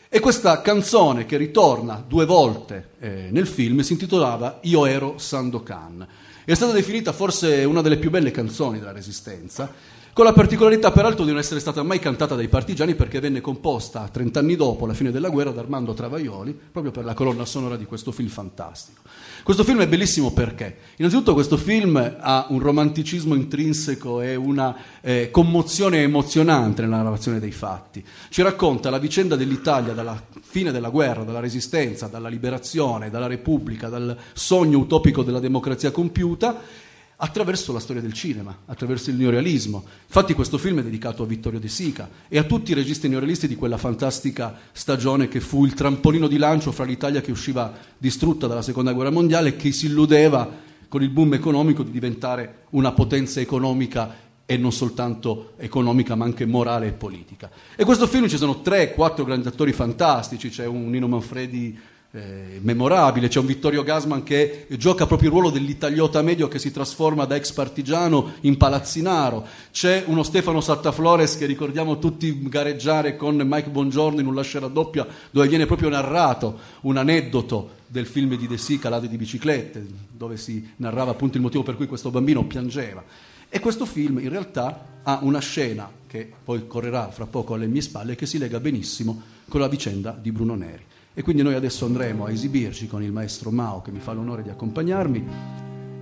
G: e questa canzone che ritorna due volte eh, nel film si intitolava Io ero Sandokan. È stata definita forse una delle più belle canzoni della Resistenza, con la particolarità peraltro di non essere stata mai cantata dai partigiani perché venne composta 30 anni dopo la fine della guerra da Armando Travaioli, proprio per la colonna sonora di questo film fantastico. Questo film è bellissimo perché? Innanzitutto questo film ha un romanticismo intrinseco e una eh, commozione emozionante nella narrazione dei fatti. Ci racconta la vicenda dell'Italia dalla fine della guerra, dalla resistenza, dalla liberazione, dalla repubblica, dal sogno utopico della democrazia compiuta attraverso la storia del cinema, attraverso il neorealismo. Infatti questo film è dedicato a Vittorio De Sica e a tutti i registi neorealisti di quella fantastica stagione che fu il trampolino di lancio fra l'Italia che usciva distrutta dalla Seconda Guerra Mondiale e che si illudeva con il boom economico di diventare una potenza economica e non soltanto economica ma anche morale e politica. E questo film ci sono tre, quattro grandi attori fantastici, c'è un Nino Manfredi eh, memorabile, c'è un Vittorio Gasman che gioca proprio il ruolo dell'italiota medio che si trasforma da ex partigiano in palazzinaro, c'è uno Stefano Sattaflores che ricordiamo tutti gareggiare con Mike Bongiorno in un lascerà doppia dove viene proprio narrato un aneddoto del film di De Sica, Lade di biciclette, dove si narrava appunto il motivo per cui questo bambino piangeva. E questo film in realtà ha una scena che poi correrà fra poco alle mie spalle che si lega benissimo con la vicenda di Bruno Neri. E quindi noi adesso andremo a esibirci con il maestro Mao che mi fa l'onore di accompagnarmi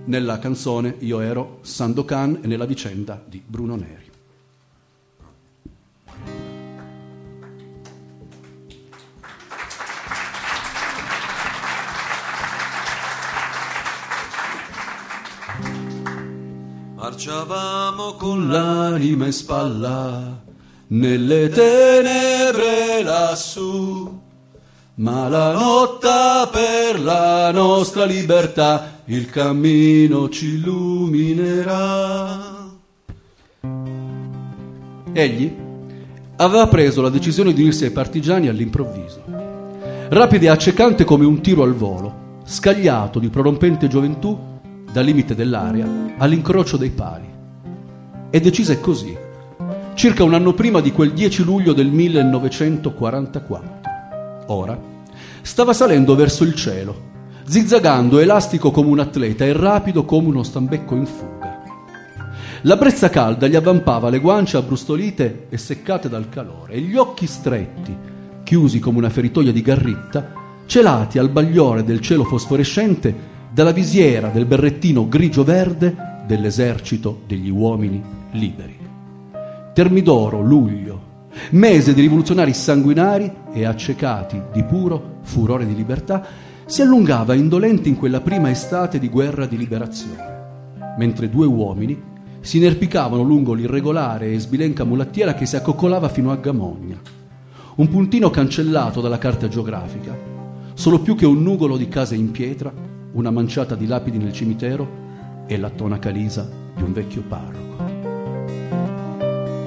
G: nella canzone Io ero Sandokan e nella vicenda di Bruno Neri.
D: Marciavamo con
G: con l'anima in spalla nelle tenebre lassù. Ma la lotta per la nostra libertà il cammino ci illuminerà. Egli aveva preso la decisione di unirsi ai partigiani all'improvviso. Rapido e accecante come un tiro al volo, scagliato di prorompente gioventù dal limite dell'area all'incrocio dei pali e decise così, circa un anno prima di quel 10 luglio del 1944. Ora stava salendo verso il cielo, zizzagando elastico come un atleta e rapido come uno stambecco in fuga. La brezza calda gli avvampava le guance abbrustolite e seccate dal calore e gli occhi stretti, chiusi come una feritoia di garritta, celati al bagliore del cielo fosforescente dalla visiera del berrettino grigio-verde dell'esercito degli uomini liberi. Termidoro, luglio, Mese di rivoluzionari sanguinari e accecati di puro furore di libertà, si allungava indolente in quella prima estate di guerra di liberazione, mentre due uomini si inerpicavano lungo l'irregolare e sbilenca mulattiera che si accoccolava fino a Gamogna, un puntino cancellato dalla carta geografica, solo più che un nugolo di case in pietra, una manciata di lapidi nel cimitero e la tonaca lisa di un vecchio parroco.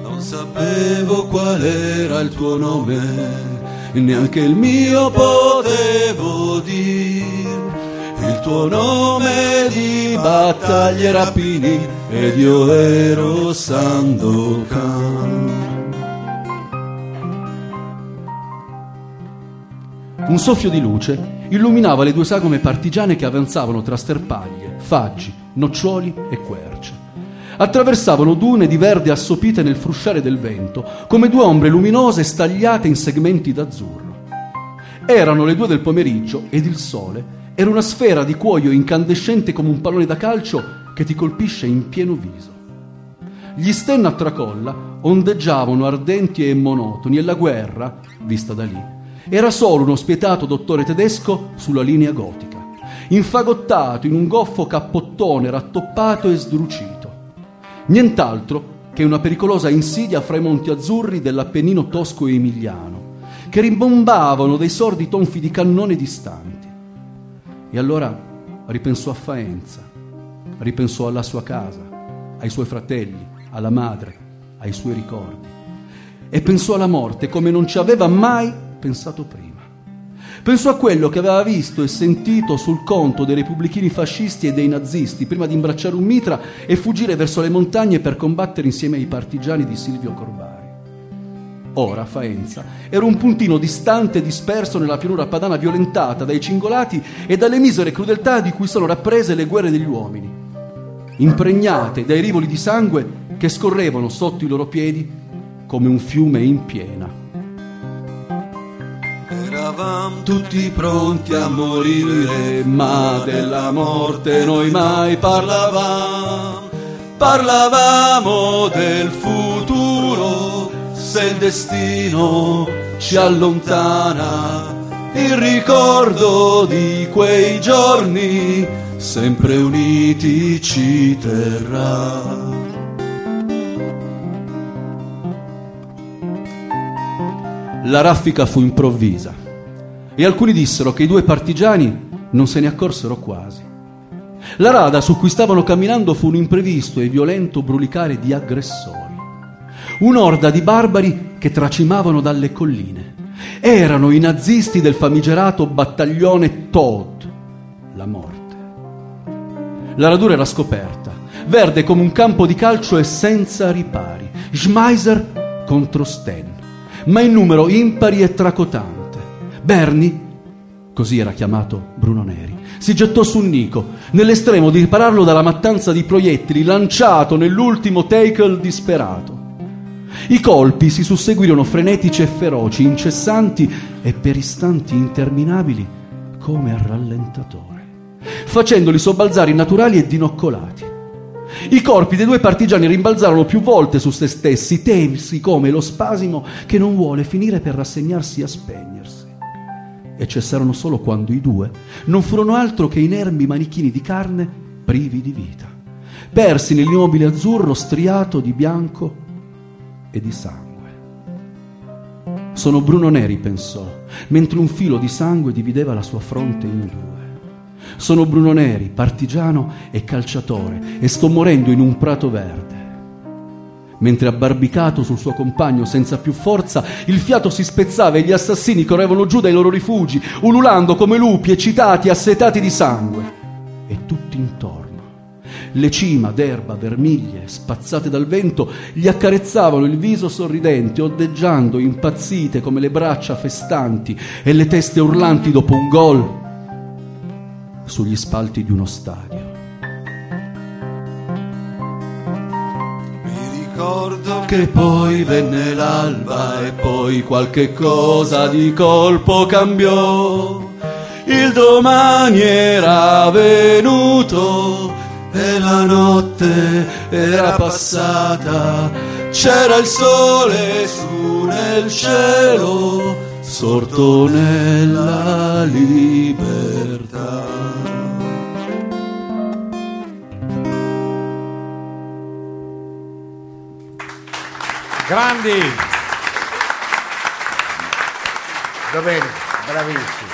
H: Non sapevo qual era il tuo nome, neanche il mio potevo dir. Il tuo nome di battaglie e rapini ed io ero Sandokan.
G: Un soffio di luce illuminava le due sagome partigiane che avanzavano tra sterpaglie, faggi, noccioli e querce. Attraversavano dune di verde assopite nel frusciare del vento, come due ombre luminose stagliate in segmenti d'azzurro. Erano le due del pomeriggio ed il sole era una sfera di cuoio incandescente come un pallone da calcio che ti colpisce in pieno viso. Gli sten a tracolla ondeggiavano ardenti e monotoni e la guerra, vista da lì, era solo uno spietato dottore tedesco sulla linea gotica, infagottato in un goffo cappottone rattoppato e sdrucito. Nient'altro che una pericolosa insidia fra i monti azzurri dell'Appennino tosco e emiliano, che rimbombavano dei sordi tonfi di cannone distanti. E allora ripensò a Faenza, ripensò alla sua casa, ai suoi fratelli, alla madre, ai suoi ricordi. E pensò alla morte come non ci aveva mai pensato prima. Pensò a quello che aveva visto e sentito sul conto dei repubblichini fascisti e dei nazisti prima di imbracciare un mitra e fuggire verso le montagne per combattere insieme ai partigiani di Silvio Corbari. Ora Faenza era un puntino distante e disperso nella pianura padana violentata dai cingolati e dalle misere crudeltà di cui sono rapprese le guerre degli uomini, impregnate dai rivoli di sangue che scorrevano sotto i loro piedi come un fiume in piena.
H: Eravamo tutti pronti a morire, ma della morte noi mai parlavamo. Parlavamo del futuro, se il destino ci allontana. Il ricordo di quei giorni, sempre uniti, ci terrà.
G: La raffica fu improvvisa e alcuni dissero che i due partigiani non se ne accorsero quasi. La rada su cui stavano camminando fu un imprevisto e violento brulicare di aggressori. Un'orda di barbari che tracimavano dalle colline. Erano i nazisti del famigerato battaglione Todd, la morte. La radura era scoperta, verde come un campo di calcio e senza ripari. Schmeiser contro Sten, ma in numero impari e tracotante. Berni, così era chiamato Bruno Neri, si gettò su Nico, nell'estremo di ripararlo dalla mattanza di proiettili lanciato nell'ultimo tackle disperato. I colpi si susseguirono frenetici e feroci, incessanti e per istanti interminabili come a rallentatore facendoli sobbalzare innaturali e dinoccolati. I corpi dei due partigiani rimbalzarono più volte su se stessi, tesi come lo spasimo che non vuole finire per rassegnarsi a spegnersi. E cessarono solo quando i due non furono altro che inermi manichini di carne privi di vita, persi nell'immobile azzurro striato di bianco e di sangue. Sono Bruno Neri, pensò, mentre un filo di sangue divideva la sua fronte in due. Sono Bruno Neri, partigiano e calciatore, e sto morendo in un prato verde. Mentre abbarbicato sul suo compagno senza più forza, il fiato si spezzava e gli assassini correvano giù dai loro rifugi, ululando come lupi, eccitati, assetati di sangue. E tutti intorno, le cima d'erba vermiglie, spazzate dal vento, gli accarezzavano il viso sorridente, ondeggiando impazzite come le braccia festanti e le teste urlanti dopo un gol sugli spalti di uno stadio.
H: ricordo che poi venne l'alba e poi qualche cosa di colpo cambiò. Il domani era venuto e la notte era passata. c'era il sole su nel cielo, sorto nella libertà.
C: Grandi!
B: Domenica, bravissimo.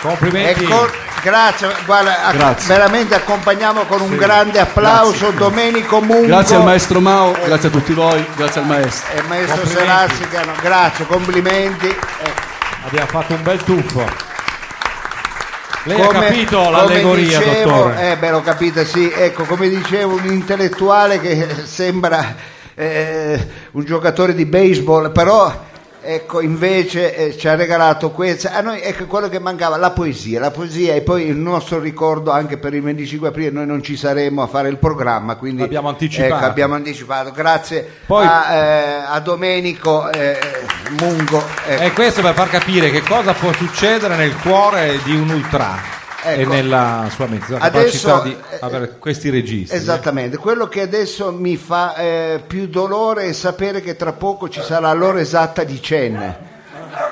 C: Complimenti.
B: E con- grazie, guarda, a-
G: Eh, Grazie.
B: veramente accompagniamo con un grande applauso Domenico Mungo
G: Grazie al maestro Mao, grazie a tutti voi, grazie al maestro.
B: e maestro
C: Complimenti.
B: Serazzicano. Grazie, complimenti. Eh,
C: Abbiamo fatto un bel tuffo. Lei ha
B: come-
C: capito
B: come
C: l'allegoria,
B: dicevo-
C: dottore.
B: Eh, beh, l'ho capita, sì. Ecco, come dicevo, un intellettuale che sembra eh, un giocatore di baseball, però. Ecco, invece eh, ci ha regalato questo. A noi ecco quello che mancava, la poesia, la poesia e poi il nostro ricordo anche per il 25 aprile noi non ci saremo a fare il programma, quindi
C: Abbiamo anticipato.
B: ecco, abbiamo anticipato. Grazie
C: Poi-
B: a, eh, a Domenico eh, Mungo. ecco.
C: E questo per far capire che cosa può succedere nel cuore di un ultra e
B: Ecco.
C: nella sua mezza
B: Adesso- eh,
C: capacità di avere questi registri.
B: Esattamente, quello che adesso mi fa eh, più dolore è sapere che tra poco ci sarà l'ora esatta di cena.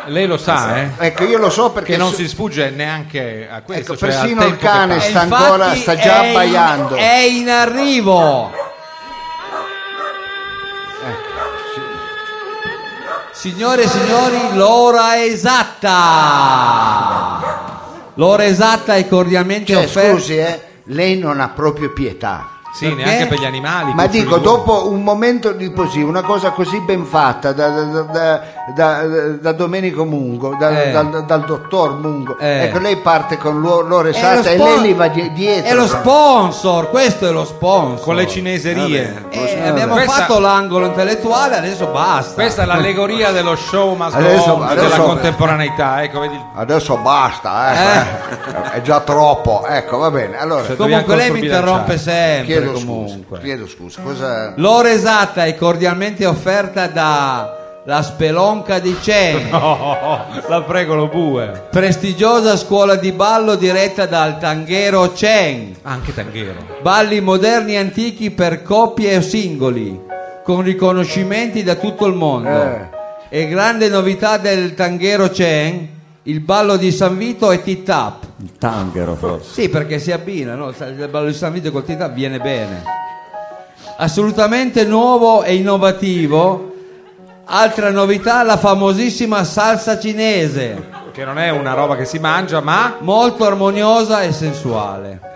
C: Lei lo sa, eh?
B: Ecco, io lo so perché
C: Che non
B: su-
C: si sfugge neanche a questo.
B: Ecco,
C: cioè al
B: persino il
C: tempo che
B: cane
C: passa.
B: sta
A: Eh, infatti
B: ancora- sta già
A: è in-
B: abbaiando.
A: È in arrivo. Eh, Signore e signori, l'ora esatta. L'ora esatta è cordialmente
B: cioè,
A: offerta.
B: scusi, eh, lei non ha proprio pietà.
C: Sì,
A: Perché?
C: neanche per gli animali.
B: Ma
C: cuccioli
B: dico,
C: d'uovo.
B: dopo un momento di così, una cosa così ben fatta da, da- da- da- da Domenico Mungo, da-
A: Eh.
B: dal, dal dottor Mungo,
A: Eh.
B: ecco, lei parte con l'o- l'ora
A: È lo
B: esatta e
A: spon-
B: lei li va die- dietro.
A: È lo sponsor, questo è lo sponsor.
C: Con le cineserie.
A: Eh, abbiamo
C: Questa-
A: fatto l'angolo intellettuale, adesso basta.
C: Questa è l'allegoria dello show must
B: Adesso-
C: go on,
B: adesso-
C: della contemporaneità. Ecco, vedi,
B: Adesso basta, ecco, eh. è già troppo. Ecco, va bene. Allora,
C: Cioè,
A: Comunque
C: Dobbiamo
A: lei mi interrompe sempre.
B: chiedo
A: comunque.
B: scusa, chiedo scusa. Cosa...
A: L'ora esatta è cordialmente offerta da La Spelonca di Cene,
C: Oh, la prego lo bue.
A: prestigiosa scuola di ballo diretta dal tanghero Chen.
C: Anche Tanghero.
A: Balli moderni e antichi per coppie o singoli, con riconoscimenti da tutto il mondo.
B: Eh.
A: E grande novità del tanghero Chen, il ballo di San Vito e T-Tap.
E: Il tanghero forse.
A: Sì, perché si abbina, no? il ballo di San Vito col Tita viene bene. Assolutamente nuovo e innovativo. Altra novità, la famosissima salsa cinese,
C: Che non è una roba che si mangia, ma
A: molto armoniosa e sensuale.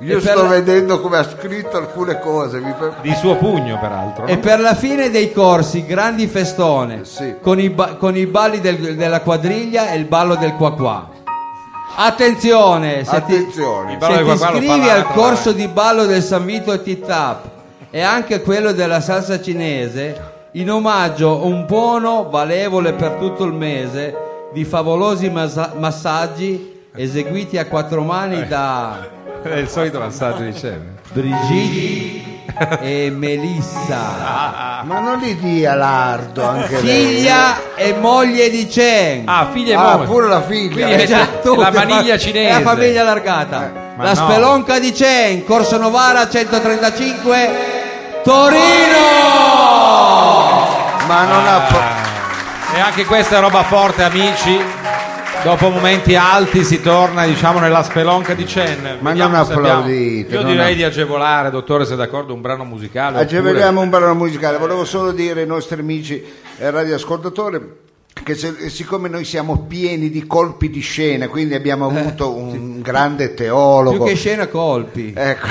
B: Io
A: E per
B: sto
A: la-
B: vedendo come ha scritto alcune cose. Mi... per-
C: di suo pugno, peraltro.
A: E
C: no?
A: per la fine dei corsi, grandi festone,
B: Eh, Sì.
A: con, i ba- con i balli del- della quadriglia e il ballo del qua qua. Attenzione, se ti-
B: Attenzione.
C: Il ballo
A: se
C: del
A: ti
C: qua qua lo fa eh.
A: iscrivi al
C: l'altra,
A: corso di ballo del San Vito e T-Tap e anche quello della salsa cinese, in omaggio un buono valevole per tutto il mese di favolosi massa- massaggi eseguiti a quattro
C: Eh.
A: mani da
C: È il solito passaggio di cena.
A: Brigitte e
C: Ah,
A: Melissa,
B: Ma non li dia l'ardo anche lei.
A: figlia e moglie di Chen.
C: Ah, figlia e
B: Ah,
C: moglie.
B: pure la figlia.
C: Quindi-
A: Eh, già, tutte,
C: la maniglia
A: fa-
C: cinese. Eh,
A: è la famiglia allargata
C: ma
A: la
C: no.
A: spelonca di Cen Corso Novara 135 Torino
B: Ma non ha... po-
C: Ah. E anche questa è roba forte, amici. Dopo momenti alti si torna, diciamo, nella spelonca di Chen.
B: Ma
C: Vediamo
B: non
C: se abbiamo-
B: applaudite,
C: Io
B: non
C: direi
B: app-
C: di agevolare, dottore, se è d'accordo, un brano musicale. oppure-
B: Ageveliamo un brano musicale. Volevo solo dire ai nostri amici eh, radioascoltatori che se- siccome noi siamo pieni di colpi di scena, quindi abbiamo avuto un grande teologo.
A: Eh, più che scena colpi
B: Ecco,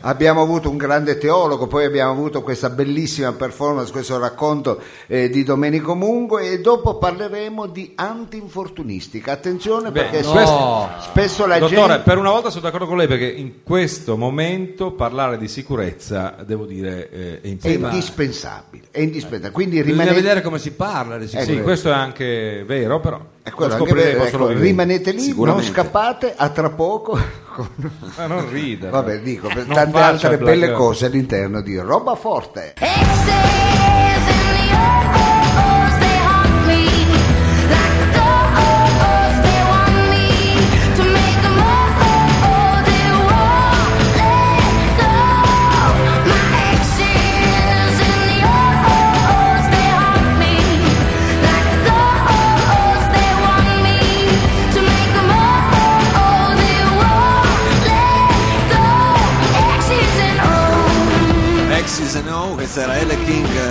B: abbiamo avuto un grande teologo, poi abbiamo avuto questa bellissima performance, questo racconto eh, di Domenico Mungo e dopo parleremo di antinfortunistica. Attenzione
C: Beh,
B: perché
A: no.
B: spesso, spesso la
C: Dottore,
B: gente...
C: per una volta sono d'accordo con lei perché in questo momento parlare di sicurezza, devo dire, eh, è
B: È
C: importante.
B: indispensabile, è indispensabile. Quindi
A: bisogna
B: rimanete,
A: vedere come si parla di
B: Ecco.
A: sicuro.
C: Sì, questo è anche vero, però
B: è Eh, quello,
C: lo
B: anche
C: scopriremo
B: vero,
C: solo
B: ecco,
C: vivendo.
B: rimanete lì, non
D: Sicuramente.
B: scappate, a tra poco. con-
C: Ma non ridere.
B: Vabbè, dico, per
C: Eh, Non
B: tante
C: faccia
B: altre
C: il
B: belle
C: blackout.
B: cose all'interno di Roba Forte.
I: Exes in the oh-ohs, they haunt me. Like the oh-ohs, they want me to make them oh-oh, they won't let go. My exes in the oh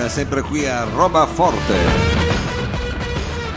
D: sempre qui a Roba Forte.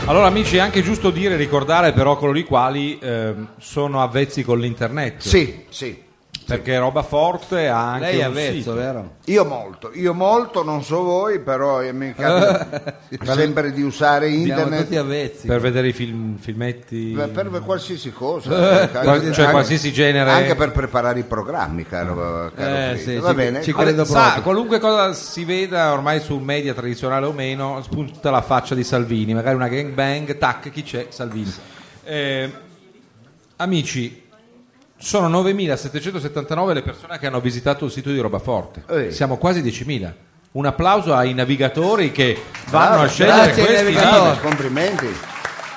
C: Allora amici è anche giusto dire, ricordare però coloro i quali ehm, sono avvezzi con l'internet.
B: Sì, sì.
C: Perché roba forte ha anche
A: Lei è
C: un sito.
A: avvezzo, vero?
B: Io molto, io molto, non so voi, però eh, mi capita sempre di usare
A: Siamo
B: internet
A: tutti avvezzi.
C: Per vedere i film- filmetti.
B: per, per qualsiasi cosa, eh,
C: qual- cioè qualsiasi genere.
B: Anche per preparare i programmi, caro, caro
A: Eh,
B: Frido.
A: sì,
B: Va
A: ci-
B: bene?
A: ci
C: Vabbè,
A: credo
C: sa,
A: proprio.
C: qualunque cosa si veda ormai sul media tradizionale o meno, spunta la faccia di Salvini, magari una gang bang, tac, chi c'è? Salvini. Eh, amici, sono 9.779 le persone che hanno visitato il sito di Robaforte.
B: Eh.
C: Siamo quasi 10.000. Un applauso ai navigatori che vanno a
B: Bravo,
C: scegliere
A: Ah, grazie ai
C: questi
A: navigatori.
C: video.
B: Complimenti.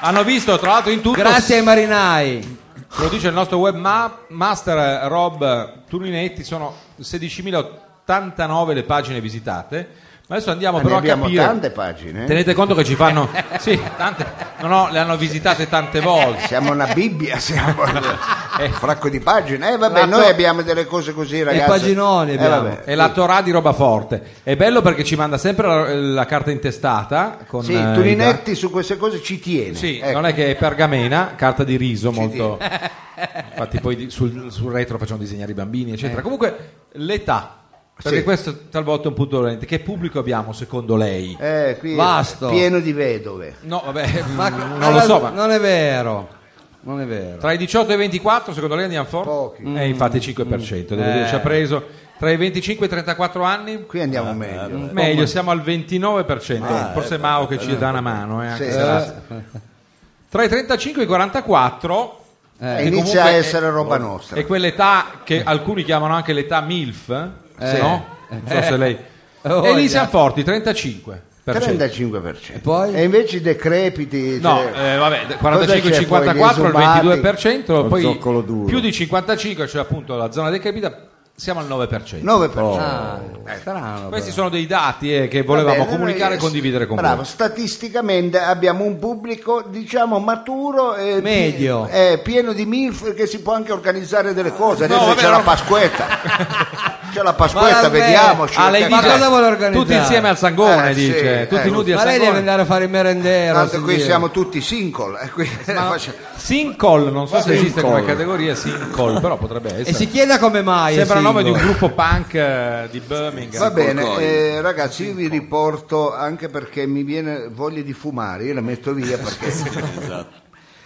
C: Hanno visto, tra l'altro, in tutto
A: Grazie ai marinai.
C: lo dice il nostro webmaster Rob Turninetti, sono 16.089 le pagine visitate. Ma adesso andiamo
B: Ma ne
C: però a
B: abbiamo
C: capire.
B: tante pagine. eh?
C: Tenete conto che ci fanno. Sì, tante. No, no, le hanno visitate tante volte.
B: Siamo una Bibbia, siamo un fracco di pagine. Eh, vabbè,
C: Lato-
B: noi abbiamo delle cose così, ragazzi.
A: paginoni
B: Eh,
A: abbiamo.
B: vabbè.
C: È la Torah di roba forte. È bello perché ci manda sempre la, la carta intestata. Con,
B: Sì,
C: eh,
B: Turinetti su queste cose ci tiene.
C: i- Sì,
B: Ecco.
C: non è che è pergamena, carta di riso molto. Infatti, poi di- sul, sul retro facciamo disegnare i bambini, eccetera. Comunque, l'età. Perché
B: Eh. Sì.
C: questo talvolta è un punto dolente. Che pubblico abbiamo secondo lei?
B: Eh, qui è
A: Vasto.
B: pieno di vedove.
C: No, vabbè,
A: Ma-
C: non
A: ma
C: lo
A: la-
C: so. Ma
A: Non è vero. Non è vero.
C: tra i 18 e i 24, secondo lei andiamo forte?
B: Pochi.
C: Eh, infatti, 5%. Devo dire,
A: Eh.
C: ci ha preso. Tra i 25 e i 34 anni,
B: Qui andiamo meglio.
C: meglio, siamo al 29%. Forse Mao che ci dà una mano. eh, anche
B: Sì.
C: se la- Tra i 35 e i 44.
B: Eh,
C: che comunque
B: inizia a
C: è-
B: essere roba nostra.
C: È quell'età che alcuni chiamano anche l'età MILF, eh,
A: Sì.
C: no? Non so se lei...
A: Oh,
C: e lì
A: già.
C: siamo forti, 35%.
B: 35%. E,
A: poi?
B: invece i decrepiti.
C: No,
B: cioè,
C: eh, vabbè,
B: cosa c'è
C: 45 54 il
B: poi, gli esubati?
C: 22%,
E: Lo zoccolo
C: poi
E: duro.
C: più di 55, cioè appunto la zona decrepita, siamo al 9%.
B: 9%.
A: Ah, strano.
C: Questi
A: però.
C: sono dei dati eh, che volevamo
B: Va bene,
C: comunicare
B: noi-
C: e condividere con
B: bravo,
C: voi.
B: statisticamente abbiamo un pubblico, diciamo, maturo e
A: Medio.
B: eh, pieno di MILF che si può anche organizzare delle cose. Adesso
C: No, vabbè,
B: c'è la
C: no.
B: Pasquetta. c'è la Pasquetta,
A: Ma vabbè,
B: vediamoci.
C: Ah, lei
A: Ma
C: dice-
A: cosa vuole organizzare?
C: Tutti insieme al Sangone,
B: Eh, sì,
C: dice.
B: eh.
C: tutti nudi al
A: Ma lei deve
C: Sangone.
A: andare a fare il merendero.
B: Tanto qui
A: signore.
B: siamo tutti single. eh, qui- faccio-
C: Sincol, non so se esiste
E: Sincol.
C: come categoria Sincol, però potrebbe
A: E
C: essere.
A: si chieda come mai. è
C: Sembra il nome di un
A: single.
C: gruppo punk eh, di Birmingham.
B: Va bene,
D: Colcoin.
B: eh, ragazzi, io vi riporto anche perché mi viene voglia di fumare, io la metto via perché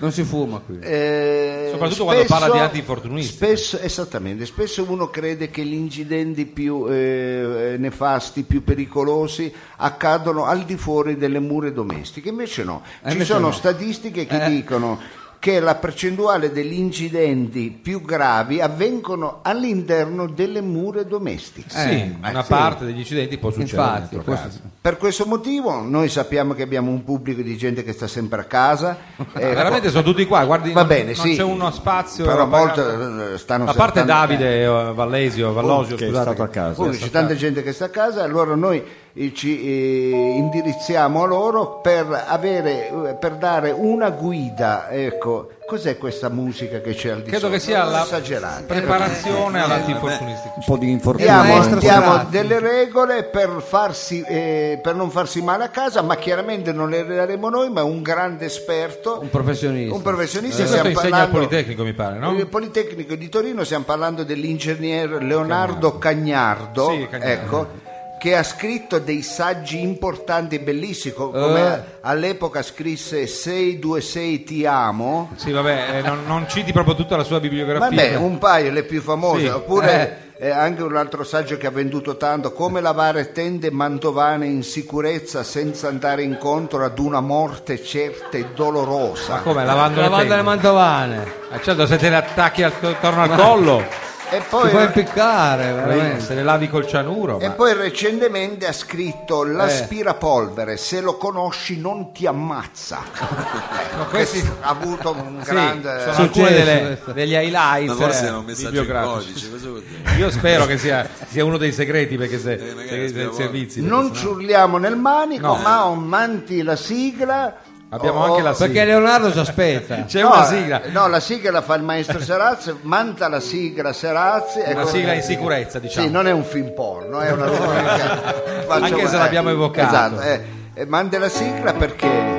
A: Non si fuma qui.
B: Eh,
C: Soprattutto quando parla di antinfortunisti.
B: Spesso, esattamente, spesso uno crede che gli incidenti più eh, nefasti, più pericolosi accadono al di fuori delle mura domestiche, invece no.
C: Eh,
B: Ci
A: invece
B: sono
A: no.
B: statistiche che
A: Eh.
B: dicono che la percentuale degli incidenti più gravi avvengono all'interno delle mura domestiche.
C: Sì,
B: ma
C: una
B: eh, sì.
C: parte degli incidenti può succedere.
A: Infatti,
C: nel tuo
A: questo-
C: caso.
B: Per questo motivo noi sappiamo che abbiamo un pubblico di gente che sta sempre a casa.
C: Eh,
B: eh,
C: veramente sono tutti qua, guardi,
B: Va
C: non-
B: bene,
C: non
B: sì.
C: c'è uno spazio.
B: Però
C: ragazzi.
B: molto, eh, stanno
C: A parte
B: saltando-
C: Davide eh,
B: Oh,
C: Vallesio, Vallosio,
E: che è
C: scusate,
E: stato a casa.
B: Comunque c'è tanta gente che sta a casa, allora noi eh, ci eh, indirizziamo a loro per, avere, eh, per dare una guida. Ecco, cos'è questa musica che c'è al di
C: Credo
B: sotto?
C: che sia
B: Non
C: la
B: esagerata.
C: preparazione
B: Eh,
C: all'antinfortunistica.
E: Un po' di infortunio.
B: Diamo,
A: maestro
B: diamo
A: Serrati.
B: delle regole per, farsi, eh, per non farsi male a casa, ma chiaramente non le daremo noi, ma un grande esperto,
A: Un professionista.
B: un professionista.
C: Sì, questo
B: stiamo
C: insegna al
B: parlando- Eh,
C: Politecnico, mi pare, no?
B: Il Politecnico di Torino stiamo parlando dell'ingegner Leonardo Cagnardo,
C: Sì, Cagnardo.
B: ecco, che ha scritto dei saggi importanti e bellissimi, co-
C: Eh.
B: come all'epoca scrisse 626 ti amo.
C: Sì, vabbè, eh, non, non citi proprio tutta la sua bibliografia.
B: Vabbè, un paio le più famose,
C: Sì.
B: oppure eh, anche un altro saggio che ha venduto tanto, come lavare tende mantovane in sicurezza senza andare incontro ad una morte certa e dolorosa.
C: Come lavando le
A: Lavando
C: tende?
A: le mantovane.
C: Ah, certo, se te le attacchi attorno al collo,
B: E
A: Ti
B: poi
A: puoi impiccare, veramente.
C: se le lavi col cianuro.
B: E
C: ma-
B: poi recentemente ha scritto
C: Eh.
B: l'aspirapolvere, se lo conosci non ti ammazza. Ecco,
C: questi-
B: questo ha avuto un
C: Sì,
B: grande...
C: sono
A: Successo
C: alcuni delle-
A: questo.
C: degli
D: Ma
C: highlights
D: forse
C: eh,
D: era un messaggio in
C: bibliografici.
D: codice, cosa vuol dire?
C: Io spero che sia, sia uno dei segreti perché se,
D: magari
C: perché dei
D: speriamo-
C: servizi.
B: Non ciurliamo nel manico,
C: No.
B: ma manti la sigla
C: Abbiamo
B: Oh,
C: anche la sigla.
A: Perché Leonardo ci aspetta.
C: C'è
B: No,
C: una sigla,
B: eh, No, la sigla la fa il maestro Serazzi, manta la sigla Serazzi.
C: una
B: ecco-
C: sigla in sicurezza, diciamo.
B: Sì, non è un film porno, è una roba che- faccio-
C: Anche se
B: eh,
C: l'abbiamo evocato.
B: Esatto, eh, eh, manda la sigla perché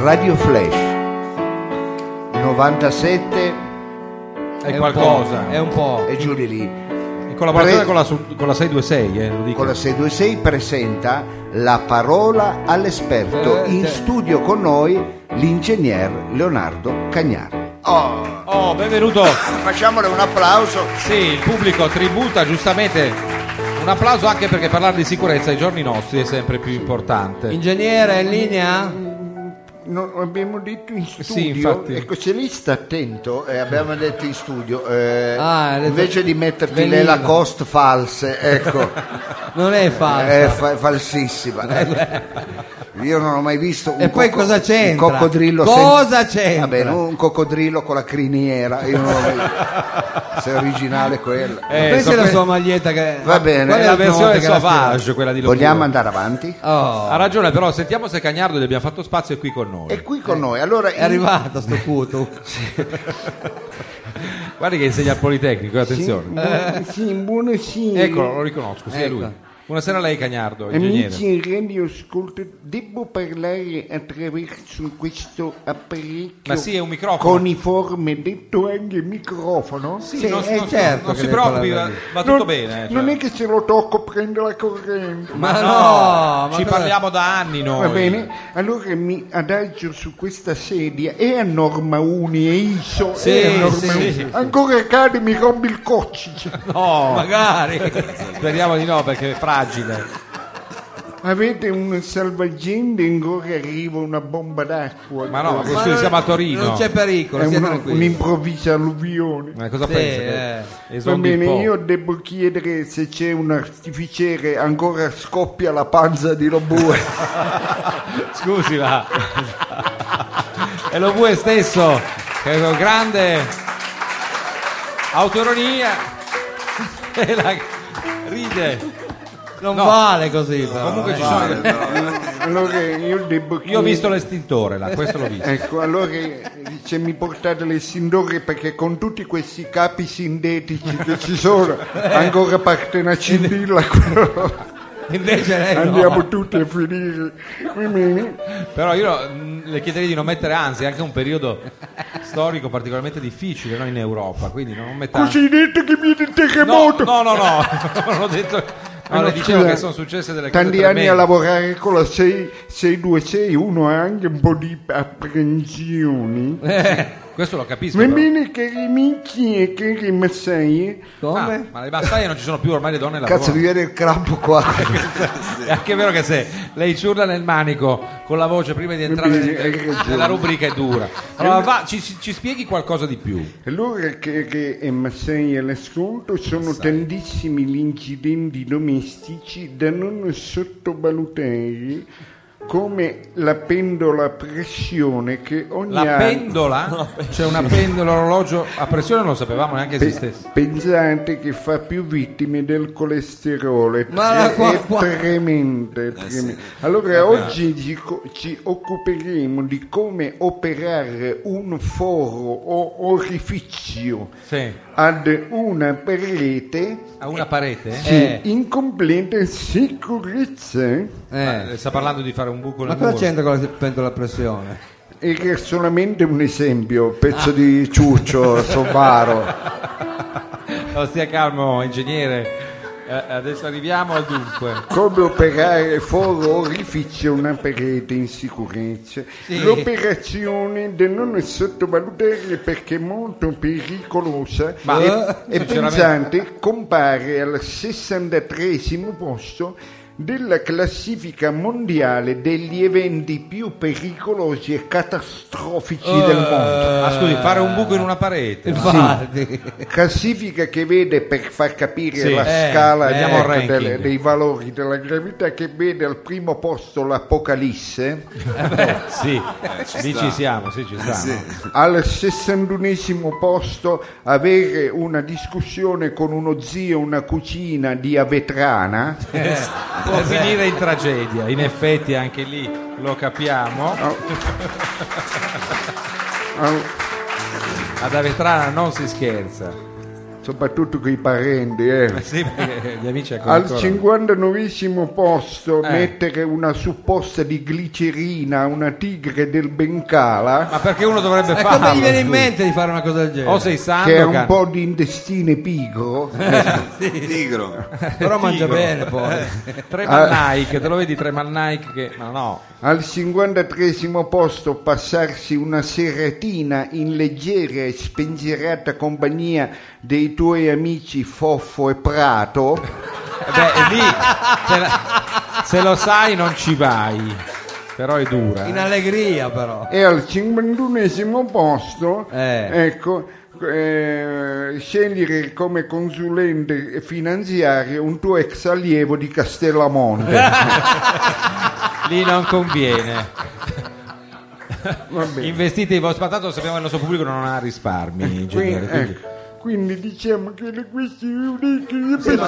B: Radio Flash 97
C: è, qualcosa.
A: È un po'.
B: e giù di lì.
C: In collaborazione
B: Pre-
C: con la, su- con la 626, eh, lo dico.
B: Con la 626 presenta la parola all'esperto.
C: Eh,
B: In studio con noi l'ingegner Leonardo Cagnari. Oh,
C: Oh, benvenuto.
B: facciamole un applauso.
C: Sì, il pubblico tributa giustamente un applauso anche perché parlare di sicurezza ai giorni nostri è sempre più importante.
A: Ingegnere è in linea?
B: No, abbiamo detto in studio,
C: infatti.
B: ecco se lì sta attento, eh, abbiamo detto in studio, eh,
A: Ah, hai detto-
B: invece di metterti le
A: veniva.
B: Lacoste false, ecco,
A: Non è
B: è
A: falso.
B: fa- falsissima. Io non ho mai visto un
A: E poi
B: cocco-
A: cosa
B: un
A: c'entra?
B: coccodrillo
A: Cosa c'entra?
B: Va bene, un coccodrillo con la criniera, io non l'ho mai visto. se è originale quella.
C: Eh,
A: Pensa
C: so
A: alla
C: que-
A: sua maglietta che...
B: Va bene.
A: Qual è
C: la
A: l'ultima
C: versione
A: volta che la stira?
C: sauvage, quella di Locura.
B: Vogliamo andare avanti?
A: Oh,
C: Ha ragione, però sentiamo se Cagnardo gli abbia fatto spazio è qui con noi.
B: E qui con noi, allora
A: eh.
C: Mm.
A: è arrivato sto puto.
C: Guardi che insegna al Politecnico, eh, attenzione.
J: Sì, buonasera.
B: eh,
A: Ecco,
C: Eccolo, lo riconosco, sì, è lui. Buonasera a lei Cagnardo, ingegnere.
J: Amici Radio Ascolto, devo parlare attraverso questo apparecchio
C: Ma sì, è un microfono.
J: coniforme, detto anche microfono.
C: Sì,
A: Sì,
C: non,
A: eh,
C: non-
A: certo
C: non
A: che
C: si
A: ne
C: preoccupi, eh. va,
A: parla lei.
C: va tutto bene. cioè.
J: Non è che se lo tocco prendo la corrente.
A: Ma no, ma
C: ci
A: cosa-
C: parliamo da anni noi.
J: Va bene, allora mi adagio su questa sedia, è a norma uni, è ISO,
A: Sì,
J: è a norma
A: sì.
J: uni. Ancora cade, mi rompi il coccice.
C: No,
A: Magari.
C: speriamo di no perché è fragile.
J: Avete un salvagente, ancora arriva una bomba d'acqua.
C: Ma no, ma
A: Ma
C: questo
A: non-
C: siamo a Torino.
A: Non c'è
J: È
A: pericolo, sia
J: una-
A: tranquilli.
J: un'improvvisa alluvione.
C: Ma cosa
A: Sì,
C: pensa?
A: eh.
C: Che
J: Va
C: esondi
J: bene,
C: un po'.
J: io devo chiedere se c'è un artificiere ancora scoppia la panza di Lobue.
C: Scusi, ma è lo Bue stesso che con grande autoronia e la- ride.
A: Non
C: No.
A: vale così però.
C: Comunque ci
A: eh.
C: sono-
J: allora io
C: Io
J: devo
C: ho
J: chiedere-
C: visto l'estintore, là, questo l'ho visto.
J: Ecco, allora se mi portate le sindore perché con tutti questi capi sintetici che ci sono, ancora parte una cindilla,
C: Eh
A: Invece lei no.
J: andiamo tutti a finire. Quindi,
C: Però io mh, le chiederei di non mettere ansia, è anche un periodo storico particolarmente difficile no, in Europa, quindi non metta
J: Così hai detto che viene il
C: No,
J: terremoto.
C: no, no, no, non ho detto no, le dicevo
J: scusa,
C: che sono successe delle cose
J: Tanti anni
C: tremende.
J: a lavorare con la 6, 626, uno ha anche un po' di apprensioni.
C: Eh, questo lo capisco.
J: Va
C: però.
J: bene, cari amici e cari massaie,
A: Come?
C: Ah, ma le battaglie non ci sono più ormai le donne lavorano.
B: Cazzo, mi viene il crampo qua.
C: Ecco. È anche vero che se lei ciurla nel manico con la voce prima di entrare
J: Quindi,
C: nel-
J: hai ragione.
C: nella rubrica è dura. Allora va, ci, ci- ci spieghi qualcosa di più.
J: Allora, cari e Massai all'ascolto, sono tantissimi gli incidenti domestici da non sottovalutare come la pendola a pressione che ogni
C: La
J: anno...
C: pendola, c'è una pendola orologio a pressione, non lo sapevamo neanche
J: Pe-
C: esistesse.
J: Pensate che fa più vittime del colesterolo, è,
A: Ma la
J: è
A: qua- qua- Eh
J: tremendo. è tremendo. Allora oggi ci, co- ci occuperemo di come operare un foro o orifizio
C: Sì.
J: ad una parete
C: A una parete? eh?
A: Eh,
J: in completa sicurezza
A: eh.
C: Eh, Sta parlando di fare un buco
A: Ma
C: nel
A: cosa
C: muro.
A: c'entra con la pentola a pressione?
J: era solamente un esempio
A: Ah.
J: pezzo di ciuccio sobbaro
C: Oh, stia calmo, ingegnere. Eh, adesso arriviamo al dunque.
J: come operare foro orifizio una parete in sicurezza l'operazione da non sottovalutare perché è molto pericolosa
C: Ma, eh,
J: e, e
C: sinceramente-
J: pensante compare al 63 posto della classifica mondiale degli eventi più pericolosi e catastrofici del
C: Eh,
B: Eh.
J: mondo
C: Ma Ah, scusi, fare un buco in una parete.
A: Infatti.
J: classifica che vede per far capire
C: Sì,
J: la
C: eh,
J: scala
C: andiamo
J: ecco,
C: al ranking.
J: delle- dei valori della gravità che vede al primo posto l'Apocalisse
C: Sì, lì ci siamo, sì, ci siamo.
J: al 61 posto avere una discussione con uno zio una cucina di Avetrana
A: Eh,
C: può finire in tragedia. In effetti anche lì lo capiamo. Ad Avetrana non si scherza.
J: soprattutto con i parenti. eh.
C: Sì, perché gli amici ancora-
J: Al
C: ancora-
J: 59 posto
C: Eh.
J: mettere una supposta di glicerina a una tigre del Bengala
C: Ma perché uno dovrebbe
A: E
C: farlo?
A: come gli Ecco, viene in
C: scusa?
A: mente di fare una cosa del genere?
C: O Oh, sei santo,
J: che è un po' di intestine pigro
C: Eh,
D: Tigro.
A: Però mangia bene poi.
C: Eh. Treman
J: Eh.
C: Nike, te lo vedi Treman Nike che... Ma no,
J: Al 53 posto passarsi una seratina in leggera e spensierata compagnia dei tuoi amici Foffo e Prato.
C: Eh beh, e lì se, la- se lo sai non ci vai, però è dura. eh.
A: In allegria però.
J: E al 51 posto,
A: Eh.
J: ecco, eh, scegliere come consulente finanziario un tuo ex allievo di Castellamonte.
C: Lì non conviene.
J: Va bene.
C: Investite i vostri, ma tanto sappiamo che il nostro pubblico non ha risparmi in
J: Quindi,
C: genere. quindi-
J: ecco, quindi diciamo che le questioni che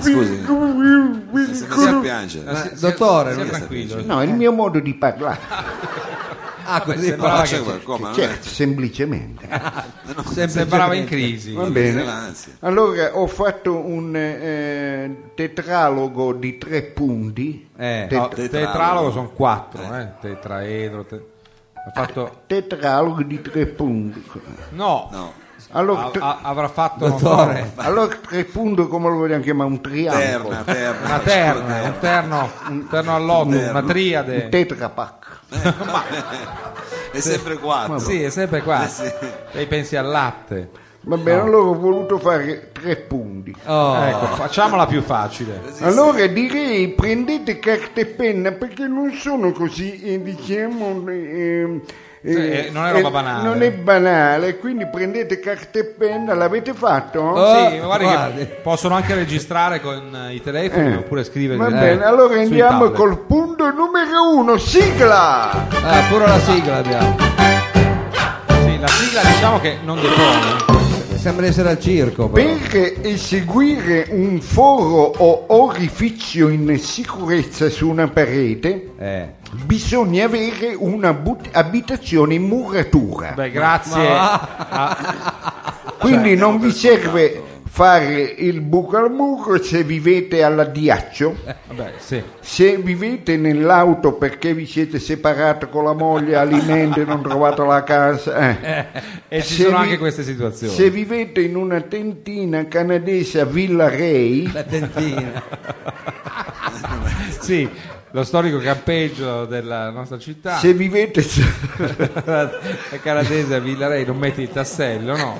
D: scusi. Si sa piangere.
A: Ma, Eh, dottore,
C: sia
A: non-
C: tranquillo.
J: No, è il mio modo di parlare,
A: ah, così
D: Ma
A: parla
D: c'è
A: che-
D: qualcosa,
J: certo, semplicemente.
C: Sembrava in crisi.
J: Va
D: bene.
J: bene. Allora, ho fatto un eh, tetralogo di tre punti.
A: Eh,
J: Tet-
C: No, tetralogo. sono quattro, eh, tetraedro. te- Ha fatto...
J: Tetralogo di tre punti.
C: No,
D: No.
J: Allora,
C: a-
J: tre-
C: a- avrà fatto non
A: Dottore,
J: allora tre punti, come lo vogliamo chiamare? Un triangolo.
D: Terna,
C: so, una
D: terna.
C: terna, eh. un terno, un terno all'otto, una
J: Un
C: triade.
J: tetrapack.
D: È sempre quattro.
C: Sì, è sempre qua.
D: Eh sì.
C: Lei pensi al latte.
J: Va bene, allora ho voluto fare tre punti.
A: oh,
C: Ecco, facciamola più facile.
J: Allora direi prendete carta e penna perché non sono così, eh, diciamo... eh, eh,
C: Sì, Cioè, non è roba banale.
J: non è banale, quindi prendete carta e penna, l'avete fatto?
A: Oh,
C: sì, ma guardi
A: guardi.
C: che possono anche registrare con eh, i telefoni
J: Eh.
C: oppure scrivere.
J: Va
C: eh,
J: bene, allora
C: sui
J: andiamo
C: tablet.
J: col punto numero uno, sigla!
A: ah, pure la sigla abbiamo.
C: Sì, la sigla diciamo che non depone.
A: Sembra di essere al circo. però.
J: Per eseguire un foro o orifizio in sicurezza su una parete
A: Eh.
J: bisogna avere un'abitazione in muratura.
C: Beh, grazie. a-
J: Quindi non vi serve fare il buco al muro se vivete all'addiaccio,
C: vabbè, sì.
J: se vivete nell'auto perché vi siete separati con la moglie, alimenti, non trovate la casa. eh.
C: E ci
J: Se
C: sono
J: vi-
C: anche queste situazioni.
J: Se vivete in una tentina canadese a Villa Rey,
C: Eh,
A: La tentina.
C: Sì, lo storico campeggio della nostra città.
J: se vivete...
C: la canadese a Villarei non metti il tassello, no?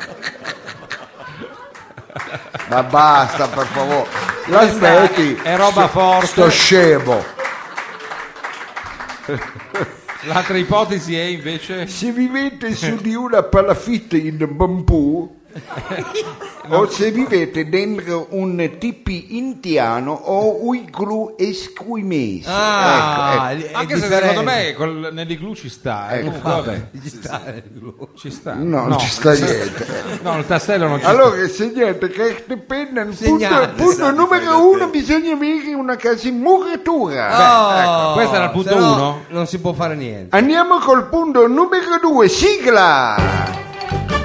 J: Ma basta, per favore. La
C: Questa
J: smetti.
C: è roba forte.
J: Sto scemo.
C: L'altra ipotesi è invece
J: Se vivete su di una palafitte in bambù o se vivete dentro un tipi indiano o uiglu esquimese.
A: Ah, è
C: Ecco, anche se
A: differente.
C: secondo me col, nell'igloo ci sta, eh,
J: Ecco.
C: comunque, vabbè,
A: Gli sta nell'uovo.
C: ci sta.
J: No, non ci sta niente.
C: No, il tassello non ci
J: Allora segnate carta e penna, il punto,
A: Segnate.
J: punto
D: Esatto,
J: numero
D: fai da
J: uno
D: te.
J: bisogna avere una casa in muratura.
A: Oh,
C: ecco, questo era il punto
A: se no
C: uno.
A: Non si può fare niente.
J: Andiamo col punto numero due, sigla!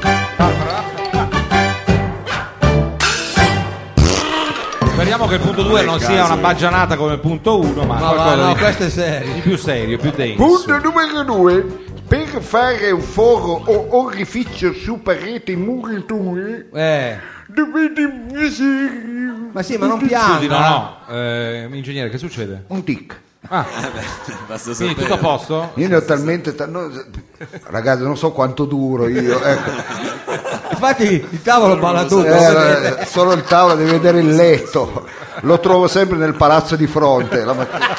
C: sta. Speriamo che il punto 2 non sia una baggianata come il punto 1, ma,
A: Ma va,
C: qualcosa
A: no,
C: di,
A: questo è serio.
C: di più serio, più denso.
J: Punto numero due, per fare un foro o orificio su pareti murature
A: Eh.
J: dovete
A: Ma sì, ma non
C: Scusi, no,
A: pianga.
C: no, eh, ingegnere, che succede?
J: un tic.
D: Basta
C: Sì,
D: sapere.
C: tutto a posto?
B: Io ne ho talmente. ta- no, ragazzi, non so quanto duro io. ecco.
A: Infatti il tavolo balla tutto.
B: Eh, eh, solo il tavolo deve vedere il letto. Lo trovo sempre nel palazzo di fronte la mattina.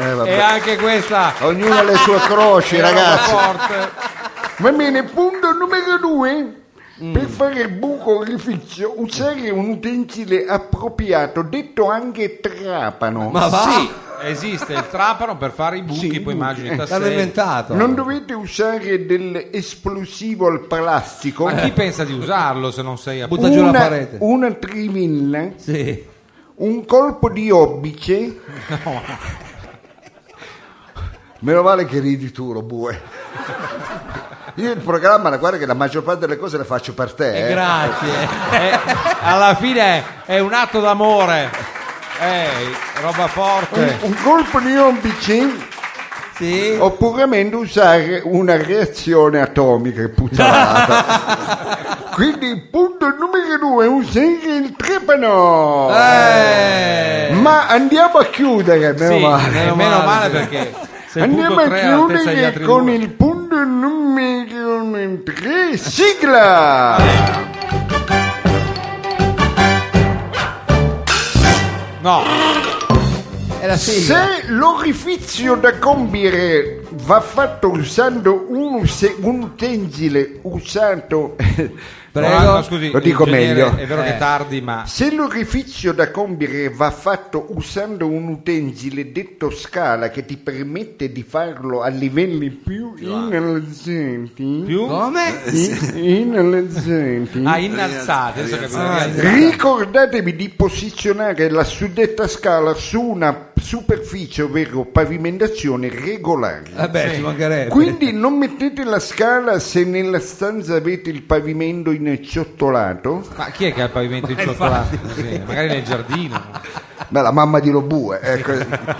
B: Eh, vabbè.
C: E anche questa
B: Ognuno ha le sue croci, ragazzi.
C: forte.
J: Va bene, punto numero due,
A: Mm.
J: per fare il buco orifizio usare un utensile appropriato, detto anche trapano.
A: Ma va.
D: Sì,
C: esiste il trapano per fare i buchi, poi immagini i tasselli.
J: Non dovete usare dell'esplosivo al plastico.
C: Ma chi pensa di usarlo se non sei a
J: una, Una trivilla.
A: Sì.
J: Un colpo di obice.
B: Meno male che ridi tu, Robue. Io il programma, la guarda che la maggior parte delle cose le faccio per te. eh.
C: Grazie. Eh, alla fine è, è un atto d'amore. Eh, roba
J: Un,
C: forte.
J: un colpo di obice.
A: Sì.
J: Oppure meglio usare una reazione atomica che puttanata. Quindi il punto numero due, usare il trepano. Ma andiamo a chiudere, meno
C: Eh. Sì,
J: male.
C: meno, male perché se il
J: Andiamo
C: punto
J: a
C: tre è alla altezza degli
J: chiudere
C: altri
J: con
C: due.
J: il punto numero 3, sigla!
C: No,
A: È la sigla.
J: Se l'orifizio da compiere va fatto usando un, use- un utensile usato...
A: Prego.
C: No, no, scusi,
J: Lo dico
C: ingegnere,
J: meglio.
C: È vero che è tardi, ma
J: Se l'orifizio da compiere va fatto usando un utensile detto scala che ti permette di farlo a livelli più innalzanti...
C: più
A: Come?
J: in- innalzanti...
C: ah, innalzate. Adesso capito.
J: Ricordatevi di posizionare la suddetta scala su una superficie, ovvero pavimentazione regolare.
A: Vabbè, ci mancherebbe.
J: Quindi non mettete la scala se nella stanza avete il pavimento in ciottolato.
C: Ma chi è che ha il pavimento in ciottolato? Sì, magari nel giardino.
B: Beh, la mamma di Robue. Ecco.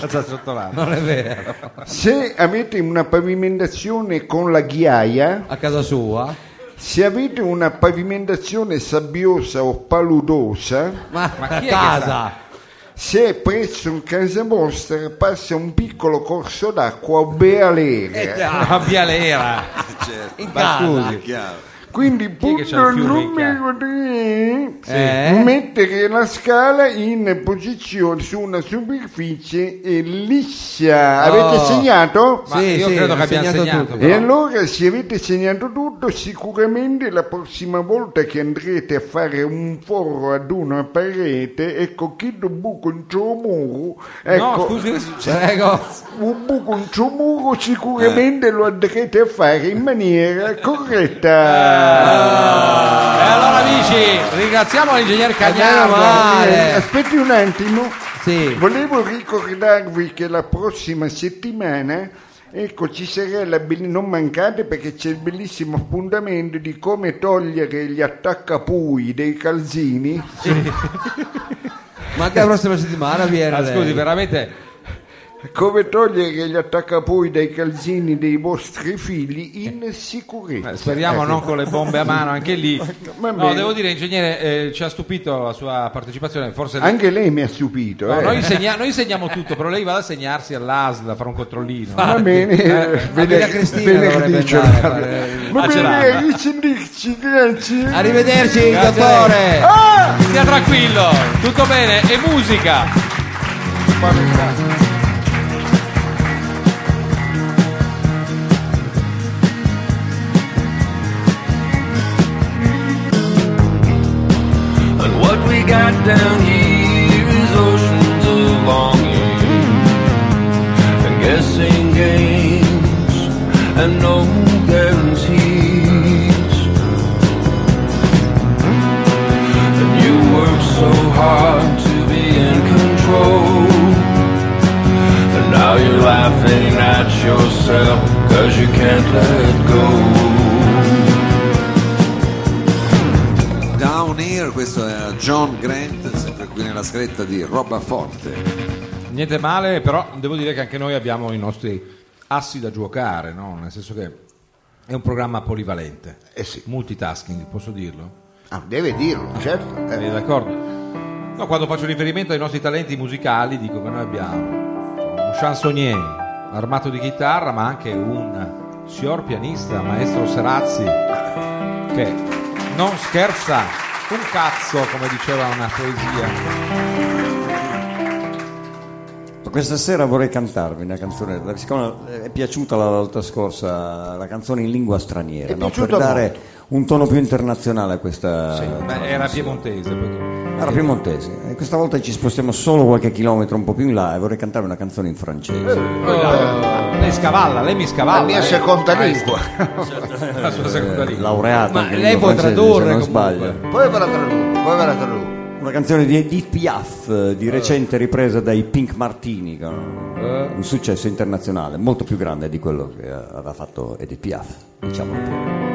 C: Sta ciottolato.
A: Non è vero.
J: Se avete una pavimentazione con la ghiaia,
A: A casa sua?
J: se avete una pavimentazione sabbiosa o paludosa,
A: Ma,
C: Ma chi
A: a
C: è che
A: casa?
J: se presso un casa vostra passa un piccolo corso d'acqua o bealere.
C: Ah, via l'era.
D: certo,
A: In
C: Ma
A: casa.
C: scusi.
D: chiaro.
J: Quindi
C: è che c'ha il
J: punto
C: fiume in
J: numero 3
A: Eh?
J: mettere la scala in posizione su una superficie e liscia.
A: Oh.
J: Avete segnato?
C: Ma
A: Sì,
C: io
A: sì,
C: credo
A: ha
C: che abbiamo
A: segnato
C: segnato.
A: tutto.
C: però.
J: E allora se avete segnato tutto sicuramente la prossima volta che andrete a fare un foro ad una parete ecco che do buco in ciò muro ecco
C: No, scusi, eh,
A: Prego.
J: un buco in ciò muro
C: Eh.
J: sicuramente lo andrete a fare in maniera corretta
C: E allora amici, ringraziamo l'ingegnere
A: Meno
C: Cagnano.
A: Eh, male.
J: eh, Aspetti un attimo,
A: Sì.
J: volevo ricordarvi che la prossima settimana ecco, ci sarà la bell- non mancate perché c'è il bellissimo appuntamento di come togliere gli attaccapui dei calzini.
A: Ma anche la prossima settimana viene.
C: Ah,
A: lei.
C: scusi, veramente
J: Come togliere gli attaccapui dai calzini dei vostri figli in sicurezza.
C: eh,
B: Ecco.
C: speriamo non con le bombe a mano anche lì.
J: Va
C: No,
J: bene.
C: devo dire, ingegnere, eh, ci ha stupito la sua partecipazione, forse
J: Anche lei mi ha stupito.
C: No,
J: eh.
C: noi, segna- noi segniamo tutto, però lei va a segnarsi all'ASL a fare un controllino.
J: Va bene, eh,
A: Maria
J: vede-
A: Cristina dovrebbe andare
J: venerdì.
A: eh. a
J: cioè,
A: fare-
J: Va
C: Ah, ce l'ha. Ah,
J: bene, risentirci, grazie.
A: Arrivederci,
C: Grazie a lei.
A: dottore.
C: Stia tranquillo, tutto bene, e musica.
H: But what we got down here is oceans of longing and guessing games and no guarantees. And you work so hard to be in control. And now you're laughing at yourself cause you can't let go.
D: Down Here, questo è John Grant, sempre qui nella scritta di Roba Forte.
C: Niente male, però devo dire che anche noi abbiamo i nostri assi da giocare, no? nel senso che è un programma polivalente,
B: Eh sì.
C: multitasking, posso dirlo?
B: Ah, deve dirlo, certo. Eh,
C: Sei d'accordo? No, quando faccio riferimento ai nostri talenti musicali dico che noi abbiamo un chansonnier armato di chitarra, ma anche un signor pianista, maestro Serazzi, che non scherza un cazzo, come diceva una poesia.
E: Questa sera vorrei cantarvi una canzone, siccome è piaciuta la volta scorsa la canzone in lingua straniera,
B: È
E: no? per
B: piaciuta
E: dare un tono più internazionale a questa...
C: Ma era piemontese. perché-
E: Era piemontese. E questa volta ci spostiamo solo qualche chilometro un po' più in là e vorrei cantare una canzone in
A: Eh, ecco,
E: francese.
C: Lei scavalla, lei mi scavalla.
B: La mia Eh,
C: lei-
B: seconda
C: Ah,
B: lingua.
C: certo, La sua seconda lingua.
E: eh, Laureata.
A: Ma
E: anche in
A: lei
E: lingua
A: può
E: francese,
A: tradurre
E: Se non
A: comunque.
E: sbaglio.
B: Poi ve la traduco, poi ve la traduco.
E: Una canzone di Edith Piaf, eh, di recente ripresa dai Pink Martini, che è un- un successo internazionale, molto più grande di quello che eh, aveva fatto Edith Piaf, diciamolo pure.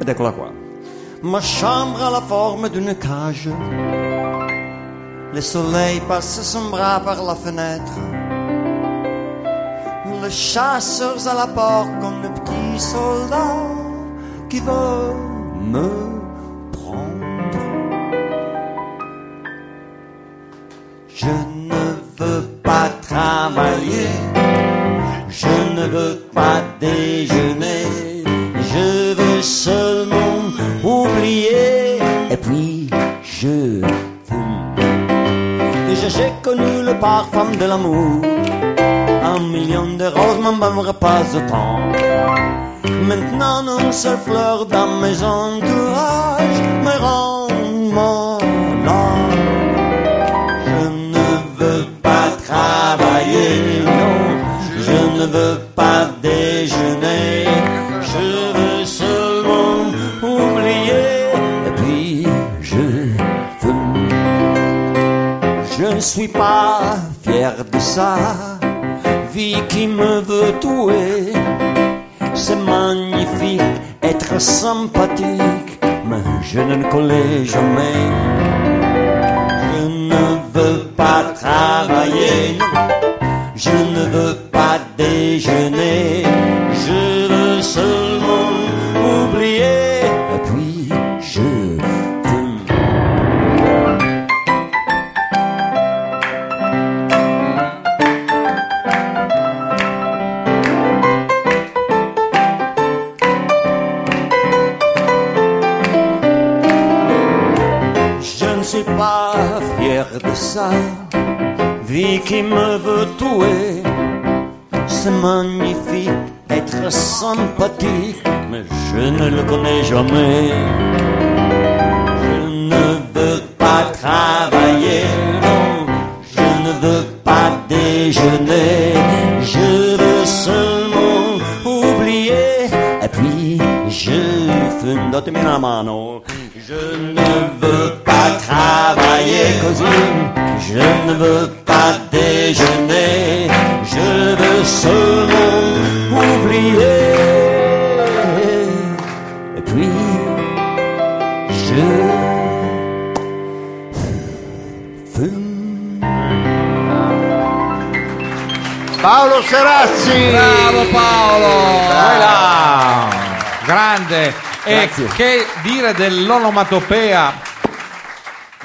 E: Ed eccola qua.
K: Ma chambre a la forme d'une cage. Le soleil passe son bras par la fenêtre. Le chasseur à la porte comme le petit soldat qui veut me prendre. Je ne veux pas travailler. Je ne veux pas déjeuner. Je veux seulement oublier. Et puis, je fume. Déjà, j'ai connu le parfum de l'amour. Un million de roses m'embaumerait pas autant. Maintenant, une seule fleur dans mes entourages me rend mourant. Je ne veux pas travailler, non. Je ne veux pas déjeuner. Je veux seulement oublier. Et puis, je fume. Je ne suis pas fier de ça. Vie qui me veut tuer. C'est magnifique, être sympathique. Mais je ne le connais jamais. Je ne veux pas travailler, non. je ne veux pas déjeuner, je veux seulement oublier, et puis je fume. Je ne suis pas fier de ça. Vie qui me veut tuer. C'est magnifique être sympathique, mais je ne le connais jamais. Je ne veux pas travailler, non. Je ne veux pas déjeuner. Je veux seulement oublier. Et puis, je fume. Datemi la mano. Je ne veux pas travailler così, je ne veux pas déjeuner, je veux seulement oublier. Et puis, je fume.
B: Paolo Serazzi!
A: Bravo Paolo!
C: Voilà. Grande. E che dire dell'onomatopea?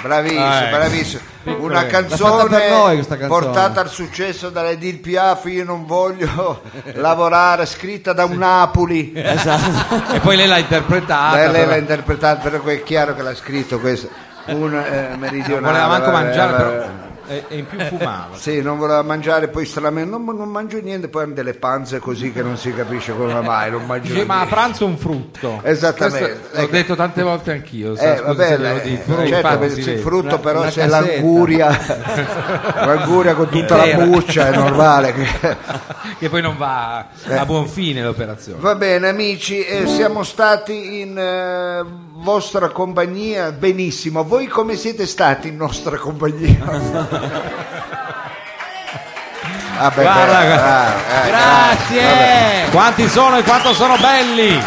B: Bravissimo,
C: Ah, ecco.
B: bravissimo.
C: Piccole.
B: Una
C: L'ha fatta
B: canzone,
A: per noi questa canzone.
B: portata al successo dalla Edil Piaf, io non voglio lavorare, scritta da un Napoli.
C: E poi lei l'ha interpretata.
B: Beh, lei
C: però.
B: l'ha interpretata, però è chiaro che l'ha scritto questo. Un eh, meridionale.
C: Non voleva manco
B: vabbè,
C: mangiare,
B: vabbè.
C: però. E, e in più fumava.
B: Sì, non voleva mangiare, poi stranamente non, non mangio niente, poi hanno delle panze così che non si capisce come mai, non mangio
C: Dice,
B: niente.
C: ma a pranzo un frutto.
B: Esattamente.
C: Questo l'ho
B: Ecco.
C: detto tante volte anch'io. sa,
B: Eh,
C: scusa
B: vabbè,
C: se ve lo
B: eh,
C: dico, però
B: certo,
C: infatti
B: per-
C: si
B: il
C: vede.
B: frutto
A: Una-
B: però
A: una
B: c'è
A: cassetta.
B: l'anguria, l'anguria con tutta
C: Intera.
B: la buccia è normale. che-
C: che poi non va
B: Eh.
C: a buon fine l'operazione.
B: Va bene amici, eh, siamo stati in eh, vostra compagnia benissimo. Voi come siete stati in nostra compagnia? Ah, beh,
C: Guarda,
B: beh,
C: guarda.
B: ah, eh,
A: Grazie!
C: Quanti sono e quanto sono belli!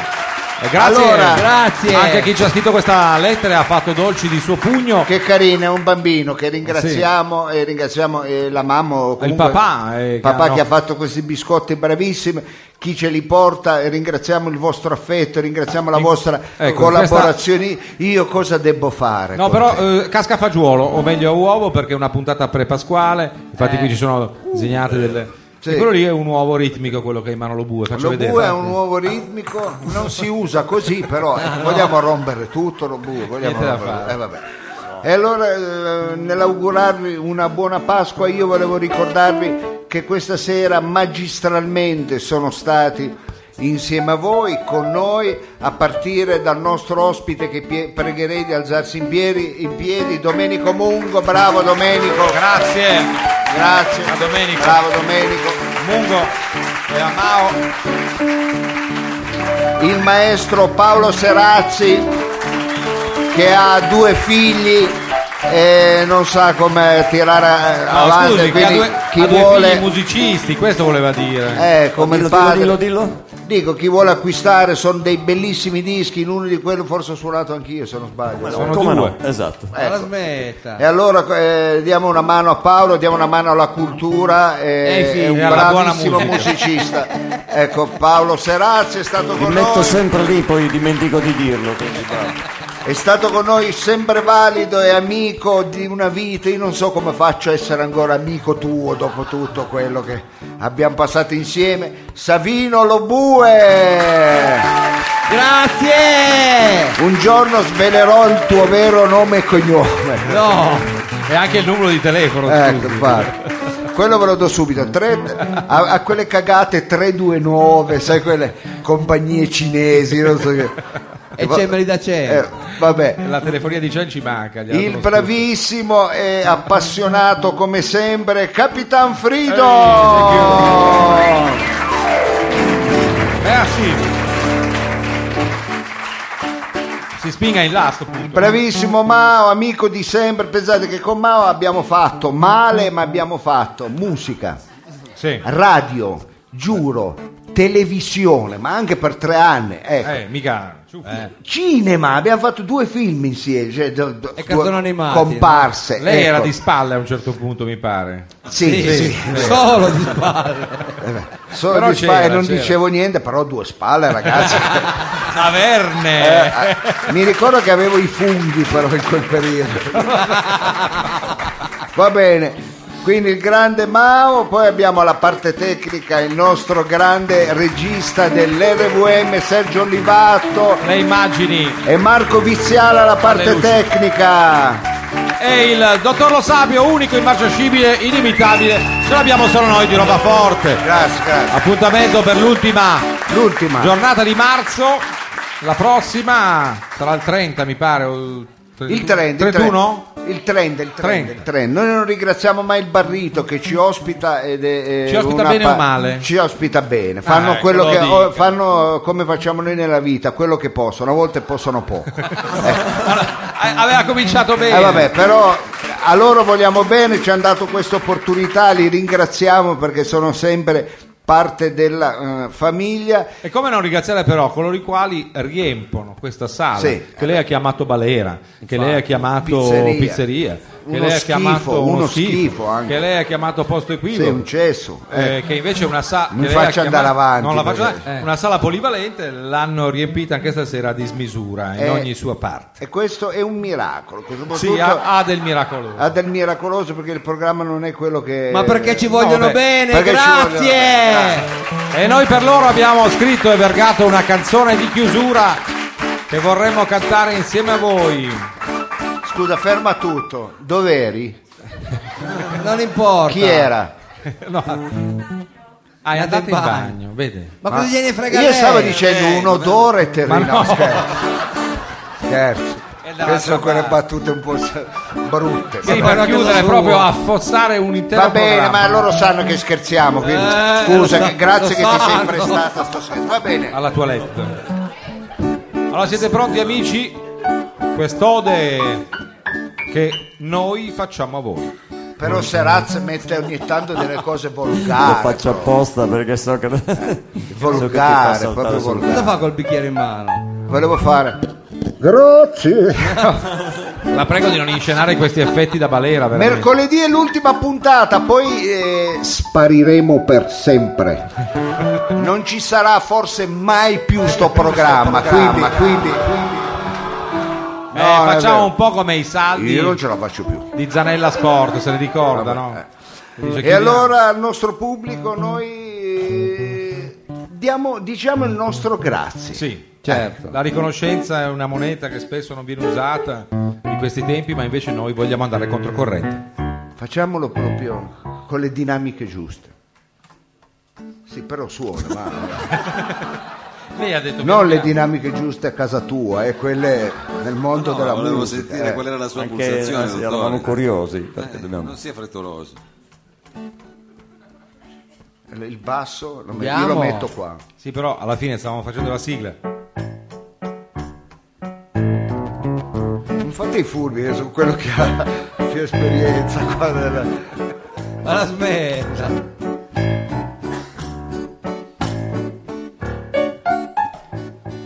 C: E grazie,
B: Allora,
A: grazie.
C: anche a chi ci ha scritto questa lettera e ha fatto dolci di suo pugno.
B: Che carino, è un bambino che ringraziamo e ringraziamo eh, la mamma o comunque
C: Il papà, eh, che
B: papà
C: hanno-
B: che ha fatto questi biscotti bravissimi, chi ce li porta, eh, ringraziamo il vostro affetto, ringraziamo la vostra
C: ecco,
B: collaborazione. Io cosa devo fare?
C: No,
B: con
C: però
B: te?
C: eh, casca a fagiolo, o meglio a uovo, perché è una puntata prepasquale. Infatti, qui ci sono disegnate delle.
B: Sì.
C: E quello lì è un uovo ritmico, quello che è in mano lo bue. Faccio
B: lo
C: vedere.
B: bue è
C: guarda.
B: un uovo ritmico, non si usa così però, eh, vogliamo rompere tutto lo bue, vogliamo
C: Niente da
B: rompere-
C: fare.
B: eh, vabbè. E allora eh, nell'augurarvi una buona Pasqua io volevo ricordarvi che questa sera magistralmente sono stati insieme a voi, con noi, a partire dal nostro ospite che pie- pregherei di alzarsi in piedi, in piedi, Domenico Mungo, bravo Domenico.
C: Grazie.
B: Grazie.
C: A Domenico.
B: Bravo Domenico.
C: Mungo e a Mao.
B: il maestro Paolo Serazzi che ha due figli e non sa come tirare
C: No,
B: avanti
C: scusi, che ha
B: quindi
C: due,
B: chi
C: ha due figli
B: vuole
C: musicisti, questo voleva dire.
B: eh, come il padre dico chi vuole acquistare sono dei bellissimi dischi in uno di quelli forse ho suonato anch'io se non sbaglio
H: Eh,
C: Sono
E: Come
C: due.
E: no? Esatto.
A: Ma la
B: Ecco.
A: smetta.
B: E allora eh, diamo una mano a Paolo, diamo una mano alla cultura, eh,
A: Eh sì,
B: è un
C: e alla buona
B: bravissimo
C: musica.
B: musicista. Ecco, Paolo Serazzi è stato
E: Li
B: con
E: metto
B: noi,
E: sempre lì, poi dimentico di dirlo. quindi, bravo.
B: è stato con noi sempre valido e amico di una vita. Io non so come faccio a essere ancora amico tuo dopo tutto quello che abbiamo passato insieme. Savino Lobue!
A: Grazie!
B: Un giorno svelerò il tuo vero nome e cognome.
C: No, e anche il numero di telefono.
B: Ecco,
C: scusi.
B: infatti. Quello ve lo do subito, Tre- a, a quelle cagate 329, sai quelle compagnie cinesi, non so che.
A: E cemberi da
B: Eh,
A: cielo.
B: vabbè.
C: La telefonia di Gian ci manca. gli
B: Il
C: altri-
B: bravissimo e appassionato come sempre, Capitan Frido!
C: Merci. Si spinga in là a sto punto.
B: Bravissimo Mao, amico di sempre, pensate che con Mao abbiamo fatto male, ma abbiamo fatto musica,
C: Sì.
B: radio, giuro, televisione, ma anche per tre anni. Ecco.
C: Eh, mica. Eh.
B: cinema abbiamo fatto due film insieme cioè, do- do-
A: E
B: due
A: cartoni animati,
B: comparse
C: Lei era
B: ecco.
C: di spalle a un certo punto, mi pare.
B: sì, sì,
A: Solo di spalle.
B: solo
C: Però
B: di spalle
C: c'era,
B: non
C: c'era.
B: dicevo niente però due spalle ragazzi Eh,
C: Averne.
B: ah. mi ricordo che avevo i funghi però in quel periodo va bene quindi il grande Mao poi abbiamo la parte tecnica il nostro grande regista dell'RVM Sergio Olivato
C: Le immagini.
B: e Marco Viziala alla parte
C: Alle luci.
B: tecnica
C: E il dottor Lo Sapio, unico, immarciascibile, inimitabile. Ce l'abbiamo solo noi di roba forte.
B: grazie grazie
C: Appuntamento per l'ultima
B: l'ultima
C: giornata di marzo. La prossima sarà il 30, mi pare. o il
B: Il trend,
C: 31?
B: il trend, il trend, il trend,
C: 30.
B: il trend. Noi non ringraziamo mai il Barrito che ci ospita ed è, è
C: Ci ospita
B: una
C: bene o male?
B: Ci ospita bene. Fanno
C: ecco,
B: quello
C: lo
B: che
C: dica.
B: o- fanno come facciamo noi nella vita, quello che possono, a volte possono poco.
C: A- Eh, Aveva cominciato bene.
B: Eh, vabbè, però a loro vogliamo bene, ci hanno dato questa opportunità, li ringraziamo perché sono sempre parte della eh, famiglia.
C: E come non ringraziare però coloro i quali riempono questa sala
B: Sì.
C: che lei ha chiamato balera, che lei ha chiamato
B: Pizzeria.
C: pizzeria,
B: Uno
C: che lei ha
B: schifo,
C: chiamato
B: uno schifo anche.
C: che lei ha chiamato posto equivoco.
B: Sei un cesso. eh.
C: eh, che invece è una sala
B: Mi faccia andare avanti, perché-
C: eh, una sala polivalente l'hanno riempita anche stasera a dismisura in
B: Eh,
C: ogni sua parte.
B: E questo è un miracolo. questo
C: Sì,
B: soprattutto-
C: ha, ha del miracolo.
B: ha del miracoloso perché il programma non è quello che
A: Ma perché ci
B: Eh,
A: vogliono
C: vabbè.
A: bene,
B: Perché ci
A: grazie!
B: vogliono bene,
C: Ah. E noi per loro abbiamo scritto e vergato una canzone di chiusura che vorremmo cantare insieme a voi.
B: scusa ferma tutto dove eri
A: Non importa.
B: chi era
C: Ah, è
A: Andate
C: andato
A: in
C: in
A: bagno.
C: bagno, vede.
A: Ma cosa gliene frega
B: io
A: lei?
B: stavo dicendo un odore terribile
C: Eh, Ma no. Eh,
B: scherzo scherzo queste sono quelle battute un po' s- brutte
C: Sì,
B: va
C: per
B: bene.
C: chiudere, proprio affossare un intero
B: Va bene,
C: programma.
B: ma loro sanno che scherziamo, quindi
C: Eh,
B: scusa,
C: lo sa-
B: che- grazie
C: lo
B: che ti sei
C: sanno.
B: prestata sto scherzo. Va bene.
C: alla toilette. Allora siete pronti amici? Quest'ode che noi facciamo a voi.
B: Però Seraz mette ogni tanto delle cose
E: Lo
B: volgari. ecco.
E: faccio apposta perché so che.
B: Volgare,
E: so che ti fa saltare
B: proprio
E: sul-
B: volgare.
A: Cosa fa col bicchiere in mano?
B: Volevo fare
J: Grazie.
C: La prego di non inscenare questi effetti da balera. veramente.
B: Mercoledì è l'ultima puntata, poi eh,
J: Spariremo per sempre.
B: non ci sarà forse mai più sto programma, quindi, quindi-
C: Eh,
B: No, non è
C: facciamo
B: vero.
C: un po' come i saldi
B: io non ce la faccio più.
C: di Zanella Sport, se ne ricorda, no? Dice,
B: eh. E
C: chiudiamo.
B: allora al nostro pubblico noi eh, diamo, diciamo il nostro grazie.
C: Sì, certo. La riconoscenza è una moneta che spesso non viene usata in questi tempi, ma invece noi vogliamo andare controcorrente.
B: Facciamolo proprio con le dinamiche giuste. Sì, però suona, ma
C: Lei ha detto
B: non le dinamiche giuste a casa tua, eh, quelle nel mondo
D: No,
B: della
D: volevo
B: musica.
D: sentire
B: eh.
D: qual era la sua
E: Anche-
D: pulsazione.
E: anzi,
D: dottore.
E: eravamo curiosi, infatti
D: Eh,
E: dobbiamo-
D: Non sia frettoloso.
B: Il basso lo met- io
C: Andiamo.
B: lo metto qua.
C: Sì, però alla fine stavamo facendo la sigla.
B: Non fate i furbi, eh, sono quello che ha più esperienza qua della...
A: Ma la smetta!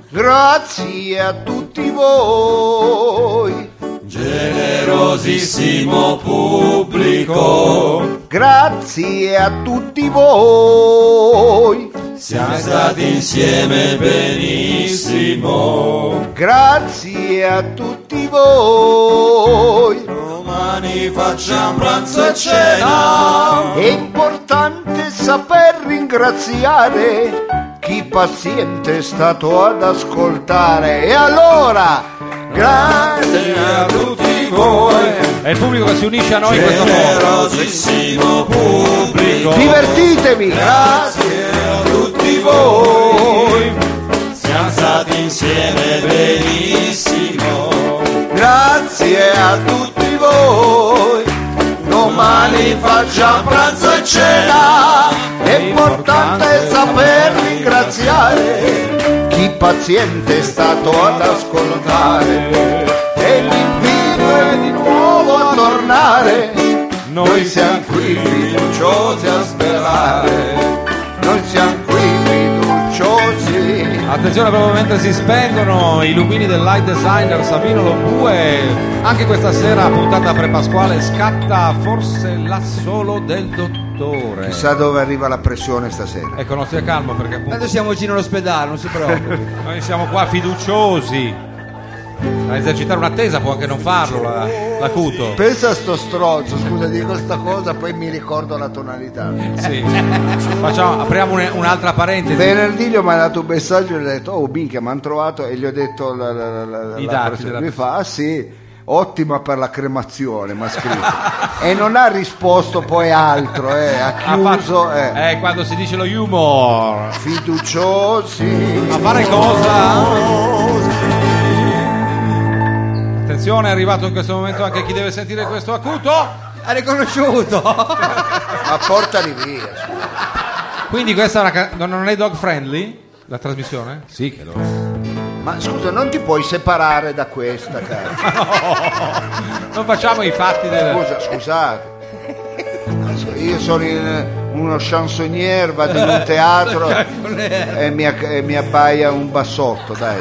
B: Grazie a tutti voi,
H: Generosissimo pubblico,
B: grazie a tutti voi,
H: siamo stati insieme benissimo.
B: grazie a tutti voi.
H: Domani facciamo pranzo e cena.
B: È importante saper ringraziare chi paziente è stato ad ascoltare. E allora, grazie a tutti voi.
C: È il pubblico che si unisce a noi in questo modo.
H: Generosissimo pubblico,
B: Divertitevi, grazie.
H: tutti voi. Siamo stati insieme benissimo.
B: Grazie a tutti voi, domani facciamo pranzo e cena, è importante saper ringraziare chi paziente è stato ad ascoltare e l'invito è di nuovo a tornare, noi siamo qui fiduciosi a sperare, noi siamo qui fiduciosi.
C: Attenzione proprio mentre si spengono i lumini del light designer Savino Lobue. Anche questa sera puntata prepasquale scatta forse l'assolo del dottore.
B: Chissà dove arriva la pressione stasera.
C: Ecco, non sia calmo perché appunto
A: Tanto siamo vicino all'ospedale, non si preoccupi.
C: noi siamo qua fiduciosi. A esercitare un'attesa può anche non farlo la- l'acuto.
B: Pensa a sto strozzo, scusa, dico sta cosa, poi mi ricordo la tonalità.
C: Sì. Facciamo- apriamo un- un'altra parentesi.
B: Venerdì gli ho mandato un messaggio e gli ho detto, oh minchia, mi hanno trovato e gli ho detto la, la, la, la, la
C: I dati
B: persona.
C: della
B: Lui fa, ah sì, ottima per la cremazione, mi ha scritto. e non ha risposto poi altro, eh, ha
C: Ha
B: chiuso,
C: fatto-
B: eh.
C: eh, quando si dice lo humor.
B: fiduciosi.
C: A fare cosa? Attenzione, è arrivato in questo momento anche chi deve sentire questo acuto.
A: Ha riconosciuto!
B: Ma portali via. scusa.
C: Quindi questa è una ca- non- non è dog friendly la trasmissione? Sì, che lo
B: Ma scusa, non ti puoi separare da questa, cara.
C: Non facciamo i fatti del
B: Scusa, scusate. Io sono in- uno chansonnier, vado in un teatro e mi, e mi appaia un bassotto, dai.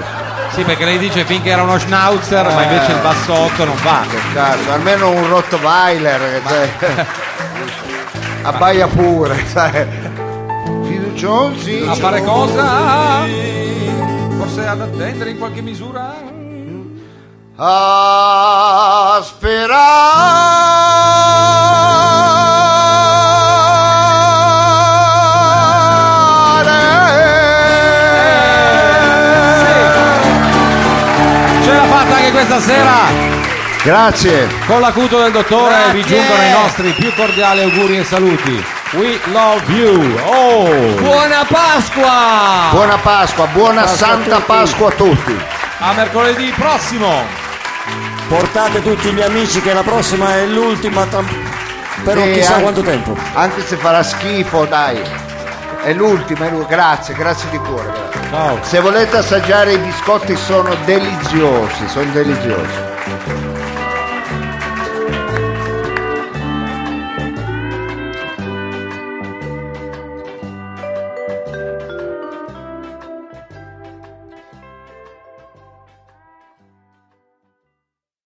C: Sì, perché lei dice finché era uno schnauzer, ma invece il bassotto non va.
B: Che cazzo, almeno un Rottweiler che cioè, abbaia pure, sai. Fiduciosi.
C: A fare cosa? Forse ad attendere in qualche misura?
B: A sperare.
C: Ce l'ha fatta anche questa sera!
B: Grazie.
C: Con l'acuto del dottore
A: Grazie.
C: vi giungono i nostri più cordiali auguri e saluti. We love you! Oh!
A: Buona Pasqua!
B: Buona Pasqua, buona Santa Pasqua a tutti.
C: A mercoledì prossimo!
E: Portate tutti gli amici che la prossima è l'ultima tra- per
B: Sì,
E: non chissà
B: anche-
E: quanto tempo.
B: Anche se farà schifo, dai. È l'ultima, è l'u- grazie, grazie di cuore. grazie.
C: Ciao!
B: Se volete assaggiare i biscotti sono deliziosi, sono deliziosi.